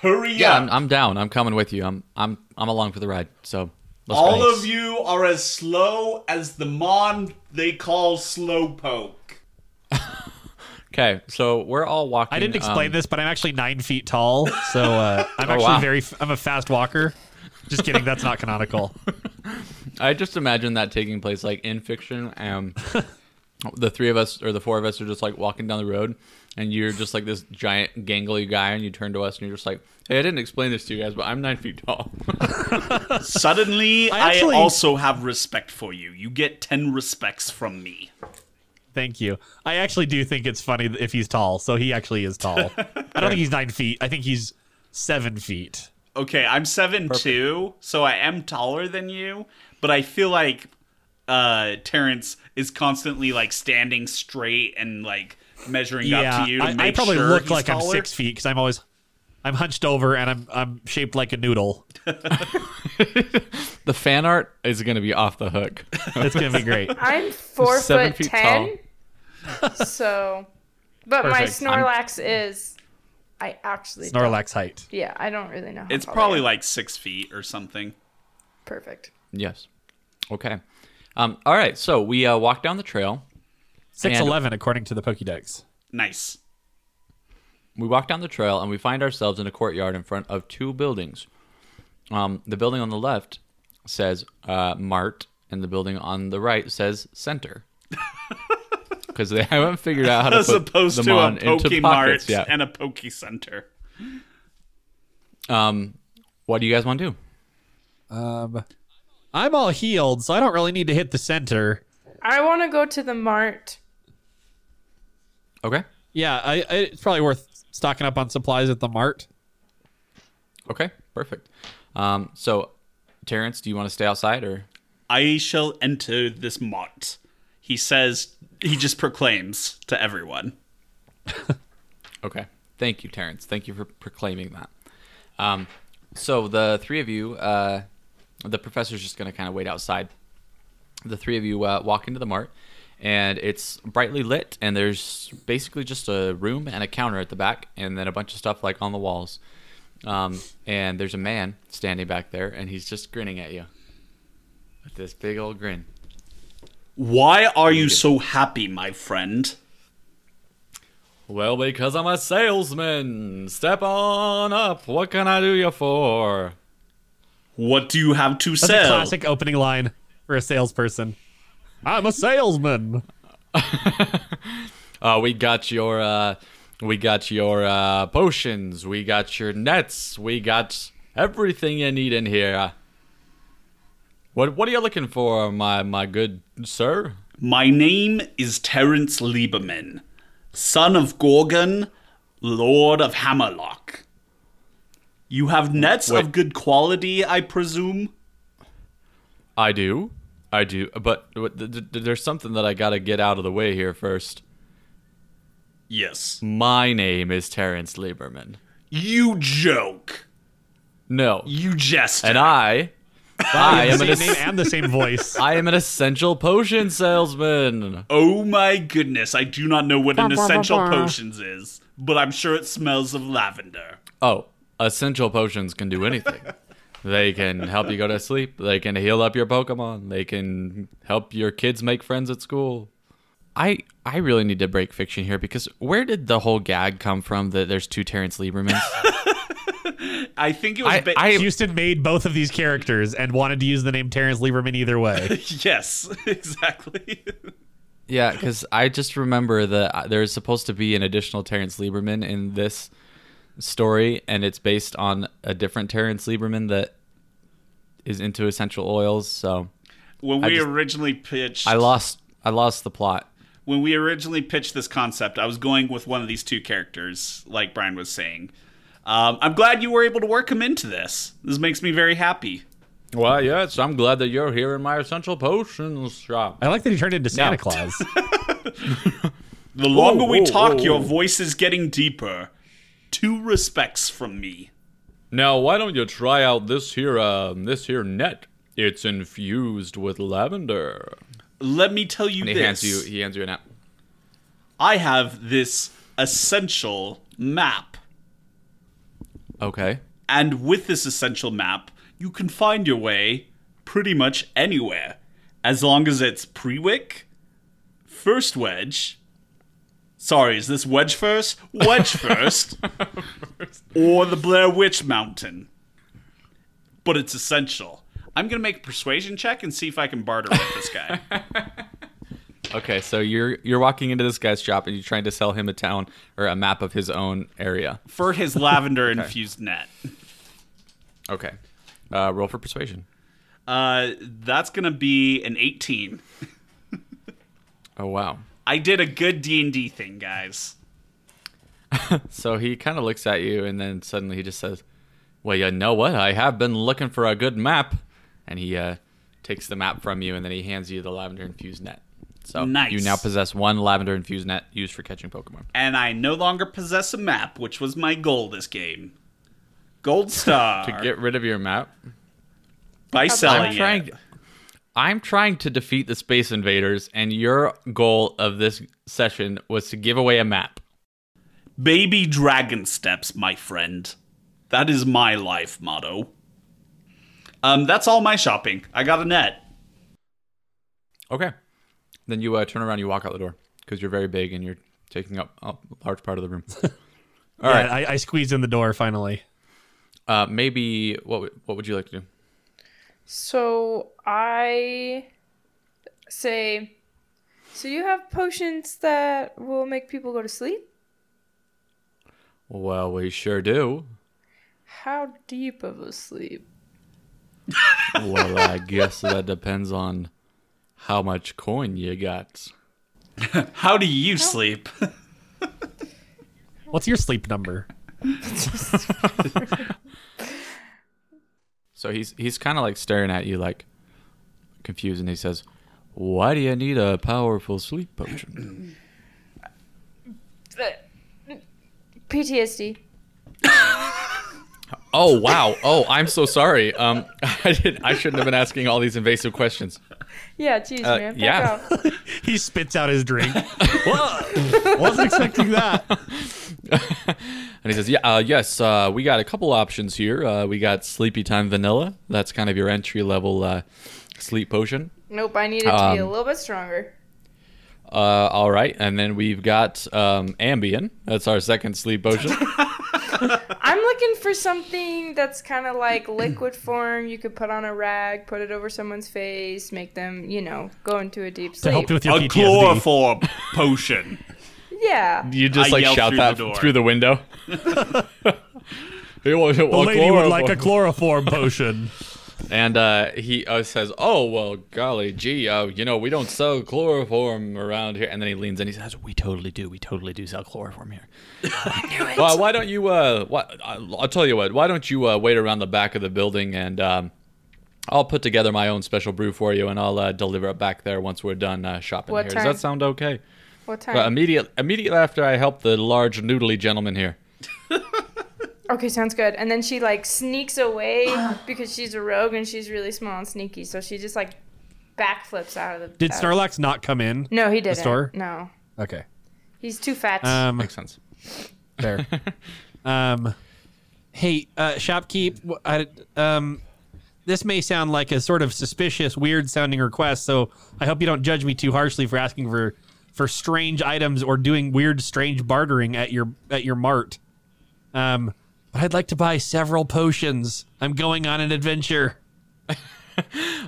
Hurry up! I'm, I'm down. I'm coming with you. I'm I'm I'm along for the ride. So let's All go. of you are as slow as the mon they call slowpoke. Okay, so we're all walking. I didn't explain um, this, but I'm actually nine feet tall, so uh, Oh, I'm actually wow. very. f- I'm a fast walker. Just kidding. That's not canonical. I just imagine that taking place like in fiction, and the three of us or the four of us are just like walking down the road, and you're just like this giant gangly guy, and you turn to us and you're just like, "Hey, I didn't explain this to you guys, but I'm nine feet tall." Suddenly, I I, actually- also have respect for you. You get 10 respects from me. Thank you. I actually do think it's funny if he's tall. So he actually is tall. I don't think he's nine feet. I think he's seven feet. Okay, I'm seven two, so I am taller than you, but I feel like uh Terrence is constantly like standing straight and like measuring yeah, up to you. To I, I make probably sure look he's like I'm taller. six feet because I'm always, I'm hunched over and I'm I'm shaped like a noodle. the fan art is going to be off the hook. It's gonna be great. I'm four Seven foot feet ten. so, but my Perfect. I'm- Snorlax is. I actually. don't- Snorlax height. Yeah, I don't really know. How It's tall they probably are. like six feet or something. perfect. yes. Okay. Um. All right. So we uh, walk down the trail. Six eleven according to the Pokédex. Nice. We walk down the trail and we find ourselves in a courtyard in front of two buildings. Um, the building on the left says uh, Mart, and the building on the right says Center. Because they haven't figured out how to As put opposed them to a on into pockets Pokemart yet. and a Poke Center. um, what do you guys want to do? I'm all healed, so I don't really need to hit the center. I want to go to the mart. Okay. Yeah, I, I, it's probably worth stocking up on supplies at the mart. Okay. Perfect. Um, so, Terrence, do you want to stay outside or? I shall enter this mart. He says he just proclaims to everyone. Okay. Thank you, Terrence. Thank you for proclaiming that. Um, so the three of you, uh, the professor's just going to kind of wait outside. The three of you uh, walk into the mart, and it's brightly lit, and there's basically just a room and a counter at the back, and then a bunch of stuff like on the walls. Um, and there's a man standing back there, and he's just grinning at you with this big old grin. Why are you so happy, my friend? Well, because I'm a salesman. Step on up. What can I do you for? What do you have to That's a sell? classic opening line for a salesperson. I'm a salesman. Uh, we got your uh, we got your uh, potions. We got your nets. We got everything you need in here. Uh, What what are you looking for, my my good sir? My name is Terence Lieberman, son of Gorgon, Lord of Hammerlock. You have nets of Wait. good quality, I presume? I do, I do. But th- th- th- there's something that I gotta get out of the way here first. Yes. My name is Terrence Lieberman. You joke. No, You jest. and I, I am Same an name es- and the same voice. I am an essential potion salesman. oh my goodness, I do not know what Bah, an bah, bah, essential bah. potions is, but I'm sure it smells of lavender. Oh, essential potions can do anything. they can help you go to sleep. They can heal up your Pokemon. They can help your kids make friends at school. I I really need to break fiction here because where did the whole gag come from that there's two Terrence Liebermans? I think it was I, ba- I Houston made both of these characters and wanted to use the name Terrence Lieberman either way. yes, exactly. yeah, because I just remember that uh, there is supposed to be an additional Terrence Lieberman in this story, and it's based on a different Terrence Lieberman that is into essential oils. So when we just- originally pitched I lost I lost the plot. when we originally pitched this concept, I was going with one of these two characters, like Brian was saying. Um, I'm glad you were able to work him into this. This makes me very happy. Well, yes, I'm glad that you're here in my essential potions shop. I like that he turned into Santa No. Claus. The longer we whoa, talk, whoa, your whoa. voice is getting deeper. Two respects from me. Now, why don't you try out this here, um, this here net? It's infused with lavender. Let me tell you And he this. hands you, he hands you an app. I have this essential map. Okay. And with this essential map, you can find your way pretty much anywhere. As long as it's pre-wick, first wedge. Sorry, is this wedge first? Wedge first. or the Blair Witch Mountain. But it's essential. I'm gonna make a persuasion check and see if I can barter with this guy. Okay, so you're you're walking into this guy's shop and you're trying to sell him a town or a map of his own area. For his lavender infused net. Okay. Uh, roll for persuasion. Uh, that's gonna be an 18. Oh wow. I did a good D&D thing, guys. So he kind of looks at you and then suddenly he just says, "Well, you know what? I have been looking for a good map." And he uh, takes the map from you and then he hands you the lavender infused net. So Nice. you now possess one lavender infused net used for catching Pokemon. and I no longer possess a map, which was my goal this game. Gold star To get rid of your map. by selling I'm trying. it. I'm trying to defeat the space invaders, and your goal of this session was to give away a map. Baby dragon steps, my friend. That is my life motto. Um, that's all my shopping. I got a net. Okay. Then you uh, turn around, you walk out the door because you're very big and you're taking up a large part of the room. All yeah, right. I, I squeezed in the door finally. Uh, maybe what would- what would you like to do? So I say, so you have potions that will make people go to sleep? Well, we sure do. How deep of a sleep? Well, I guess that depends on how much coin you got. How do you sleep? What's your sleep number? So he's he's kind of like staring at you, like confused, and he says, "Why do you need a powerful sleep potion?" PTSD. Oh wow! Oh, I'm so sorry. Um, I did. I shouldn't have been asking all these invasive questions. Yeah, geez, man. Back yeah. off. he spits out his drink. Whoa! Wasn't expecting that. And he says, "Yeah, uh, yes, uh, we got a couple options here. Uh, we got Sleepy Time Vanilla. That's kind of your entry level uh, sleep potion. Nope, I need it to be a Um, little bit stronger. Uh, all right, and then we've got um, Ambien. That's our second sleep potion. I'm looking for something that's kind of like liquid form. You could put on a rag, put it over someone's face, make them, you know, go into a deep To sleep. help you with your A PTSD. chloroform potion. yeah. You just I like yelled shout through that the door. through the window. He wa- The wa- lady would like a chloroform. chloroform potion. And uh, he uh, says, "Oh well, golly gee, uh, you know we don't sell chloroform around here." And then he leans in. He says, "We totally do. We totally do sell chloroform here." Well, why don't you? Uh, why, I'll I'll tell you what. Why don't you uh, wait around the back of the building and um, I'll put together my own special brew for you, and I'll uh, deliver it back there once we're done uh, shopping What here. time? Does that sound okay? What Uh, time? immediate, immediately after I help the large noodly gentleman here. Okay, sounds good. And then she like sneaks away because she's a rogue and she's really small and sneaky. So she just like backflips out of the. Did out- Snorlax not come in? No, he didn't. store? No, Okay. he's too fat. Um, Makes sense. there. um, hey, uh, shopkeep. wh- I, um, this may sound like a sort of suspicious, weird-sounding request, so I hope you don't judge me too harshly for asking for for strange items or doing weird, strange bartering at your at your mart. Um, but I'd like to buy several potions. I'm going on an adventure.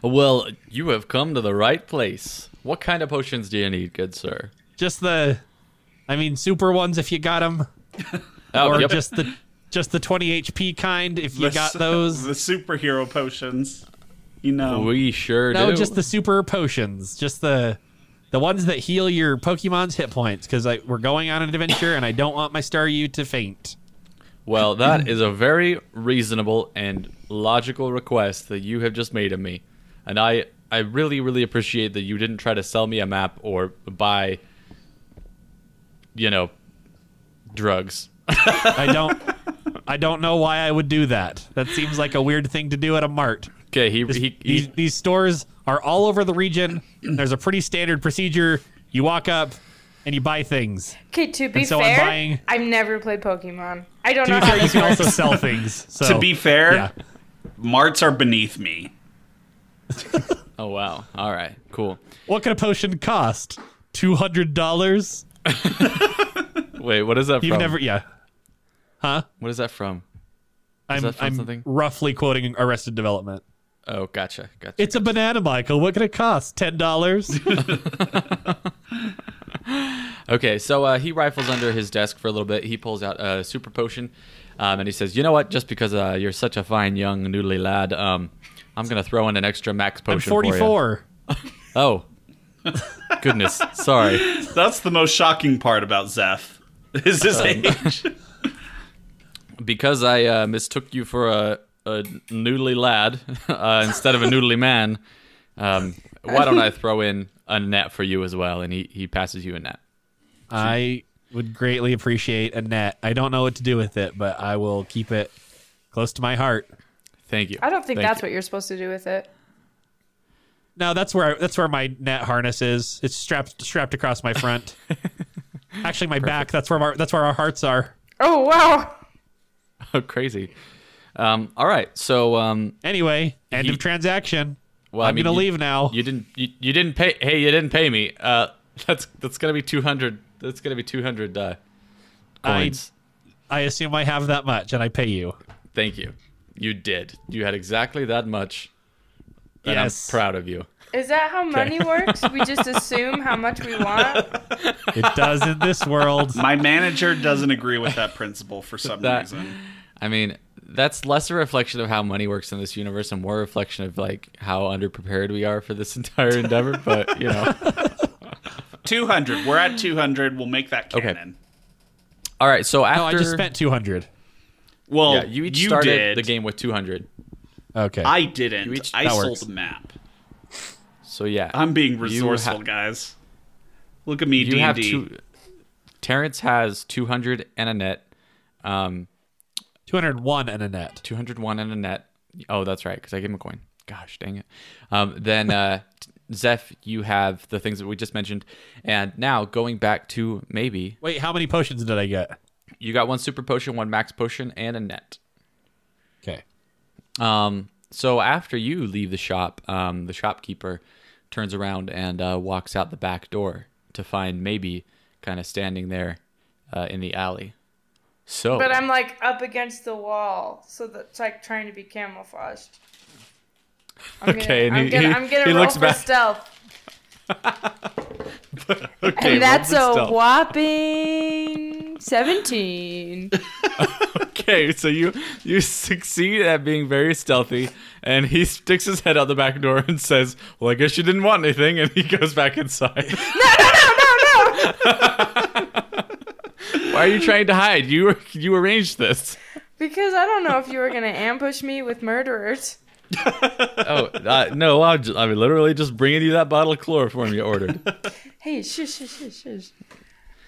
Well, you have come to the right place. What kind of potions do you need, good sir? Just the, I mean, super ones if you got them, Oh, or yep. just the just the 20 HP kind if you The got su- those. The superhero potions. You know. we sure No, do. just the super potions, just the the ones that heal your Pokemon's hit points. Because we're going on an adventure, and I don't want my Staryu to faint. well, that is a very reasonable and logical request that you have just made of me, and I I really really appreciate that you didn't try to sell me a map or buy you know, drugs. I don't. I don't know why I would do that. That seems like a weird thing to do at a mart. Okay, he This- he, these, he these stores are all over the region. There's a pretty standard procedure. You walk up and you buy things. Okay, to be And so I'm fair, buying- I've never played Pokemon. I don't To know be how fair, you this can works. also sell things. So, to be fair, yeah. marts are beneath me. Oh wow. All right. Cool. What could a potion cost? Two hundred dollars. Wait, what is that You've from? never, yeah. Huh? What is that from? I'm, that from I'm something? roughly quoting Arrested Development. Oh, gotcha. Gotcha. It's a banana, Michael. What could it cost? Ten dollars. Okay, so uh, he rifles under his desk for a little bit. He pulls out a super potion, um, and he says, "You know what? Just because uh, you're such a fine young noodly lad, um, I'm gonna throw in an extra max I'm potion for you." forty-four. Oh, goodness. Sorry. That's the most shocking part about Zeph. Is his age. because I uh, mistook you for a, a noodly lad uh, instead of a noodly man, um, why don't I throw in a net for you as well? And he, he passes you a net. I would greatly appreciate a net. I don't know what to do with it, but I will keep it close to my heart. Thank you. I don't think Thank that's you. what you're supposed to do with it. No, that's where I, that's where my net harness is. It's strapped strapped across my front. Actually, my back. That's where our, that's where our hearts are. Oh wow! Oh, crazy. Um, all right. So, um, Anyway, end He- of transaction. well, I I'm mean, gonna you- leave now. You didn't. You, you didn't pay. Hey, you didn't pay me. Uh, that's that's gonna be two hundred. That's gonna be two hundred uh, I- coins. I assume I have that much, and I pay you. Thank you. You did. You had exactly that much. And Yes. I'm proud of you. Is that how money works? We just assume how much we want. It does in this world. My manager doesn't agree with that principle for some That- reason. I mean, that's less a reflection of how money works in this universe and more a reflection of like how underprepared we are for this entire endeavor. But you know, 200. We're at 200. We'll make that Okay. canon. all right. So after No, I just spent two hundred. Well, yeah, you Oh, you, each started did. the game with two hundred. Okay. I didn't. You each- I that sold works. the map. So yeah, I'm being you resourceful, ha- guys. Look at me, You have D&D. two. Terrence has two hundred and a net. Um, two hundred one and a net. two hundred one and a net. Oh, that's right, because I gave him a coin. Gosh, dang it. Um, then uh, Zeph, you have the things that we just mentioned, and now going back to maybe Wait, how many potions did I get? you got one super potion, one max potion, and a net. Okay. Um, so after you leave the shop, um, the shopkeeper turns around and uh, walks out the back door to find maybe kind of standing there uh, in the alley. So, But I'm like up against the wall, so that's like trying to be camouflaged. I'm gonna, Okay, and I'm he- gonna, he- I'm gonna he roll looks for back. stealth, okay, roll and that's for a stealth. whopping seventeen. okay. So you you succeed at being very stealthy, and he sticks his head out the back door and says, "Well, I guess you didn't want anything," and he goes back inside. no, no, no, Why are you trying to hide? You you arranged this. because I don't know if you were gonna ambush me with murderers. Oh uh, no! I'm, just, I'm literally just bringing you that bottle of chloroform you ordered. Hey, shush, shush, shush, shush.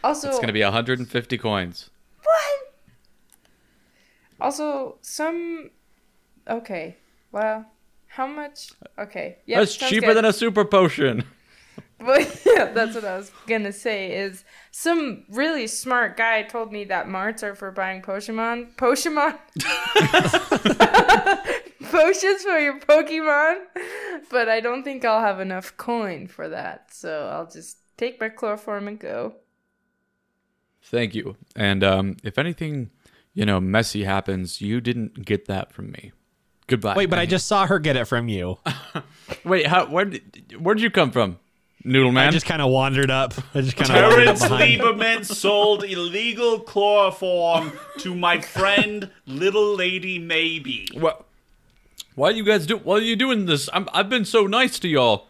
Also, It's gonna be 150 coins. What? Also, some. Okay. Well, how much? Okay. Yeah, That's cheaper than a super potion. Well, yeah, that's what I was gonna say. Is some really smart guy told me that marts are for buying Pokemon, Pokemon, potions for your Pokemon. But I don't think I'll have enough coin for that, so I'll just take my chloroform and go. Thank you. And um, if anything, you know, messy happens, you didn't get that from me. Goodbye. Wait, but I And- just saw her get it from you. wait. How? Where? Did, where'd you come from, Noodle Man? I just kind of wandered up. I just kind of wandered up Terrence behind. Lieberman sold illegal chloroform to my friend Little Lady Maybe. What? Why you guys do? Why are you doing this? I'm, I've been so nice to y'all.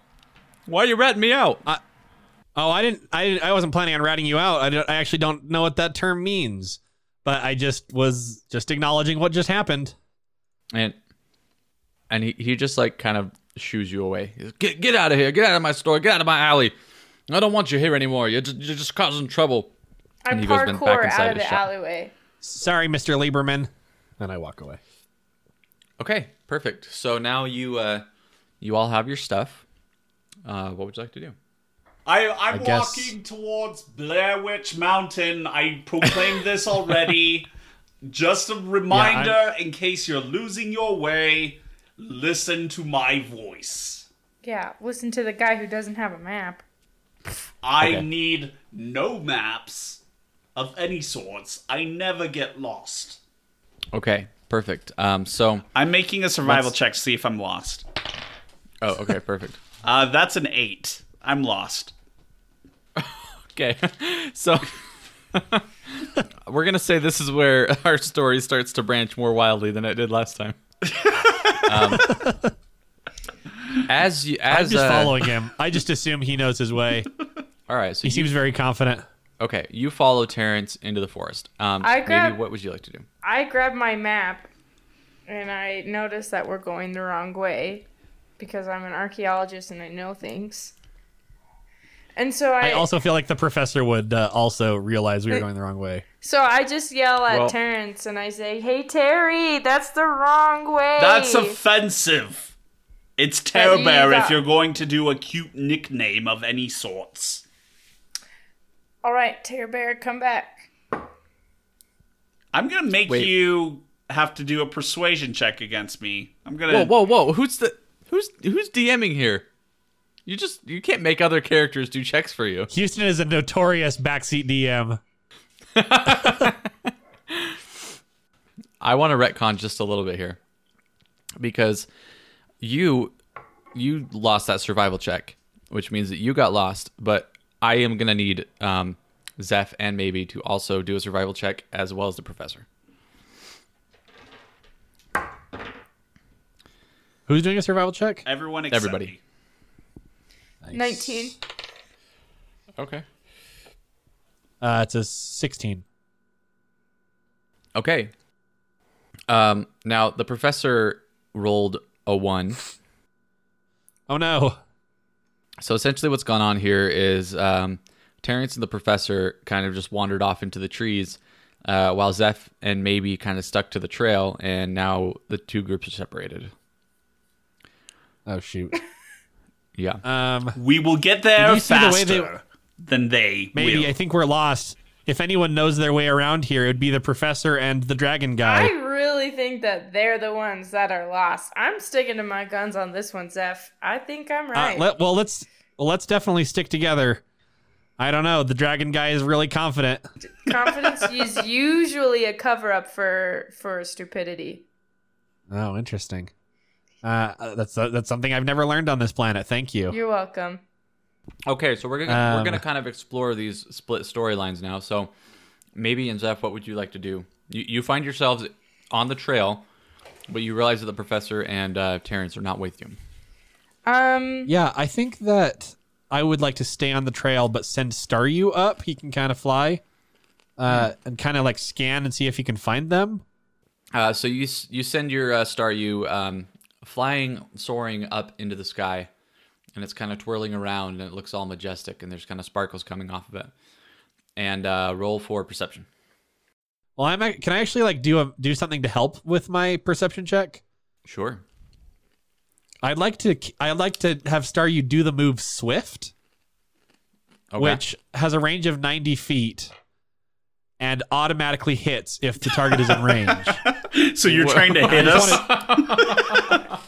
Why are you ratting me out? Oh, I didn't. I didn't, I wasn't planning on ratting you out. I, don't, I actually don't know what that term means, but I just was just acknowledging what just happened. and and he, he just like kind of shoos you away. He goes, get get out of here! Get out of my store! Get out of my alley! I don't want you here anymore. You're just, you're just causing trouble. I And he goes back parkour inside out of his the shop. alleyway. Sorry, Mr. Lieberman. And I walk away. Okay, perfect. So now you uh, you all have your stuff. Uh, what would you like to do? I, I'm I guess- walking towards Blair Witch Mountain. I proclaimed this already. Just a reminder in case you're losing your way, listen to my voice. Yeah, listen to the guy who doesn't have a map. I Okay. need no maps of any sorts. I never get lost. Okay, perfect. Um, so I'm making a survival check to see if I'm lost. oh, okay, perfect. Uh, that's an eight. I'm lost. Okay, so we're gonna say this is where our story starts to branch more wildly than it did last time. um, as you, as I'm just uh, following him. I just assume he knows his way. All right, so He you, seems very confident. okay, you follow Terrence into the forest. Um, I maybe grab- what would you like to do? I grab my map and I notice that we're going the wrong way because I'm an archaeologist and I know things. And so I, I also feel like the professor would uh, also realize we were going the wrong way. so I just yell at Well- Terrence and I say, "Hey Terry, that's the wrong way." That's offensive. It's Have you Terrorbear if got- you're going to do a cute nickname of any sorts. All right, Terry Bear, come back. I'm gonna make Wait. you have to do a persuasion check against me. I'm gonna. Whoa, whoa, whoa! Who's the who's who's DMing here? You just you can't make other characters do checks for you. Houston is a notorious backseat DM. I want to retcon just a little bit here because you you lost that survival check, which means that you got lost. But I am gonna need um, Zeph and maybe to also do a survival check as well as the professor. Who's doing a survival check? Everyone, except Everybody. me. 19. Okay. Uh, it's a 16. Okay. Um, now the professor rolled a one. Oh no. So essentially, what's gone on here is um, Terrence and the professor kind of just wandered off into the trees, uh, while Zeph and maybe kind of stuck to the trail, and now the two groups are separated. Oh shoot. Yeah. Um, We will get there you see the way faster than they maybe will. I think we're lost. If anyone knows their way around here, it would be the professor and the dragon I guy. really think that they're the ones that are lost. I'm sticking to my guns on this one, Zeph. I think I'm right. Uh, let, well, let's well, let's definitely stick together. I don't know. The dragon guy is really confident. Confidence is usually a cover up for for stupidity. Oh, interesting. Uh, uh, that's that's something I've never learned on this planet. Thank you. You're welcome. Okay, so we're gonna we're Um, gonna kind of explore these split storylines now. So maybe and Zeph, what would you like to do? You you find yourselves on the trail, but you realize that the professor and uh, Terrence are not with you. Um, Yeah, I think that I would like to stay on the trail, but send Staryu up. He can kind of fly, uh, and kind of like scan and see if he can find them. Uh, so you s- you send your uh, star you um, flying soaring up into the sky, and it's kind of twirling around and it looks all majestic and there's kind of sparkles coming off of it. And uh, roll for perception. Well, I'm. ac- Can I actually like do a do something to help with my perception check? Sure. I'd like to. I'd like to have Staryu do the move Swift, Okay. which has a range of 90 feet, and automatically hits if the target is in range. so you're trying to hit us.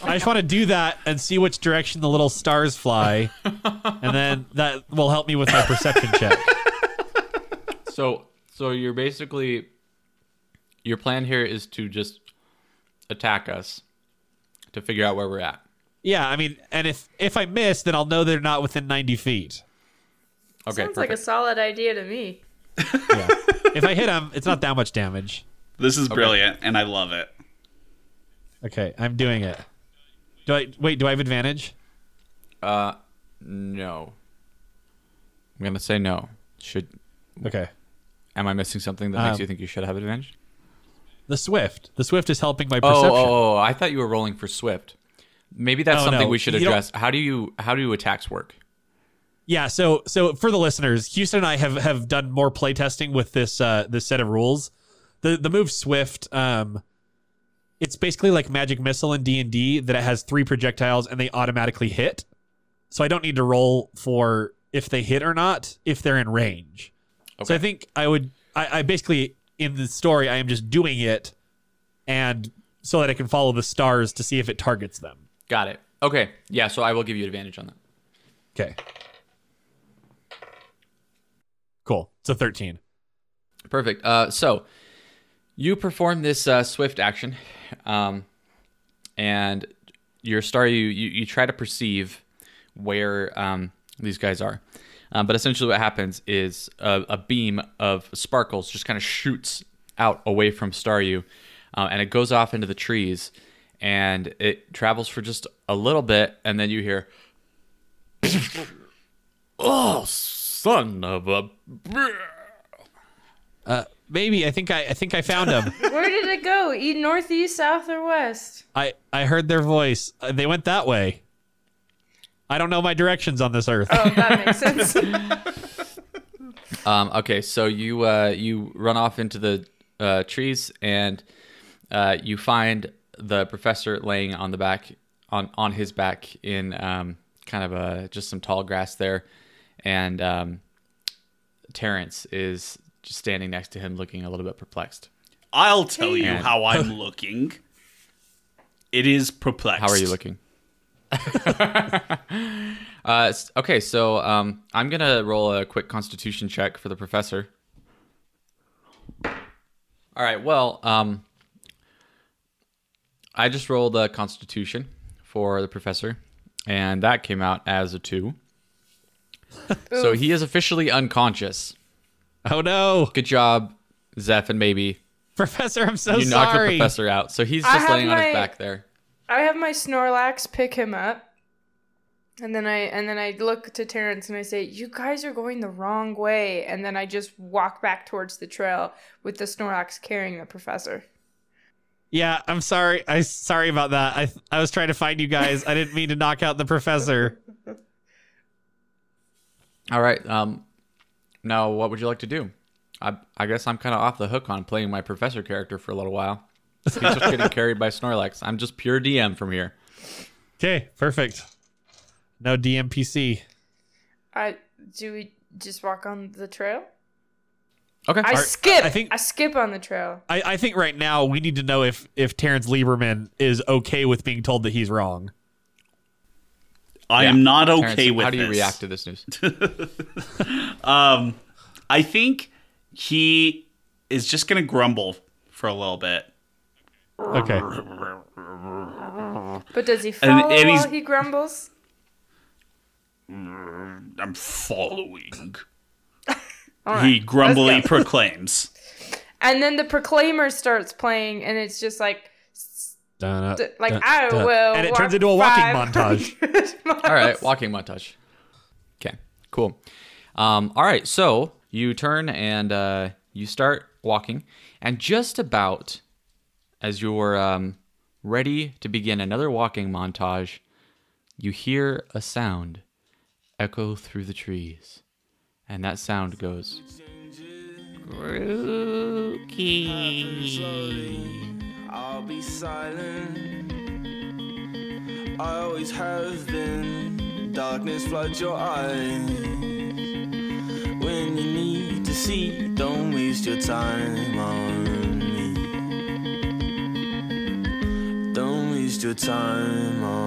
I just want to do that and see which direction the little stars fly, and then that will help me with my perception check. so so you're basically your plan here is to just attack us to figure out where we're at. Yeah, I mean, and if if I miss, then I'll know they're not within 90 feet. Okay. sounds like a perfect. solid idea to me. Yeah. if I hit them, it's not that much damage. This is brilliant, and I love it. Okay, I'm doing it. Do I wait? Do I have advantage? no. I'm gonna say no. Should Okay. am I missing something that Um, makes you think you should have advantage? The swift. The swift is helping my Oh, perception. oh, oh, I thought you were rolling for Swift. Maybe that's No, something no, we should you don't- address. How do you how do attacks work? Yeah, so so for the listeners, Houston and I have have done more playtesting with this uh this set of rules. The the move Swift um it's basically like magic missile in D&D that it has three projectiles and they automatically hit. So I don't need to roll for if they hit or not if they're in range. So I think I would I, I basically in the story I am just doing it and so that I can follow the stars to see if it targets them. Got it. Okay. Yeah, so I will give you advantage on that. Okay. Cool. It's a 13. Perfect. Uh, so you perform this uh, swift action, um, and your star you, you you try to perceive where um, these guys are. Um, but essentially, what happens is a, a beam of sparkles just kind of shoots out away from Star You, uh, and it goes off into the trees, and it travels for just a little bit, and then you hear, "Oh, son of a!" Maybe I think I I think I found them. Where did it go? Eat northeast, south, or west? I I heard their voice. Uh, They went that way. I don't know my directions on this earth. Oh, that makes sense. Um, okay, so you uh, you run off into the uh, trees and uh, you find the professor laying on the back on on his back in um, kind of a just some tall grass there, and um, Terrence is just standing next to him, looking a little bit perplexed. I'll tell you Man. how I'm looking. It is perplexed. How are you looking? uh, s- okay, so um, I'm gonna roll a quick Constitution check for the professor. All right. Well, um, I just rolled a Constitution for the professor, and that came out as a two. so he is officially unconscious. oh no, Good job, Zeph, and maybe Professor, I'm so you knocked the sorry. professor out. So he's Oh, I just have laying on his my- back there. I have my Snorlax pick him up. And then I and then I look to Terrence and I say, "You guys are going the wrong way." And then I just walk back towards the trail with the Snorlax carrying the professor. Yeah, I'm sorry. I sorry about that. I I was trying to find you guys. I didn't mean to knock out the professor. All right. Um, now what would you like to do? I I guess I'm kind of off the hook on playing my professor character for a little while. He's just getting carried by Snorlax. I'm just pure DM from here. Okay, perfect. No DMPC. I do we just walk on the trail? Okay. I All right. skip. I I, think- skip on the trail. I, I think right now we need to know if if Terrence Lieberman is okay with being told that he's wrong. I Yeah. am not okay Terrence, with How do you this. react to this news? Um, I think he is just gonna grumble for a little bit. Okay. But does he follow and he's- while he grumbles? I'm following. All He right. grumbly let's go. proclaims. and then the Proclaimer starts playing, and it's just like Dun, d- like dun, I dun. will. and it turns into a walking montage. All right, walking montage. Okay, cool. Um, all right, so you turn and uh, you start walking, and just about as you're um, ready to begin another walking montage, you hear a sound echo through the trees, and that sound goes. I'll be silent. I always have been. Darkness floods your eyes. When you need to see, don't waste your time on me. Don't waste your time on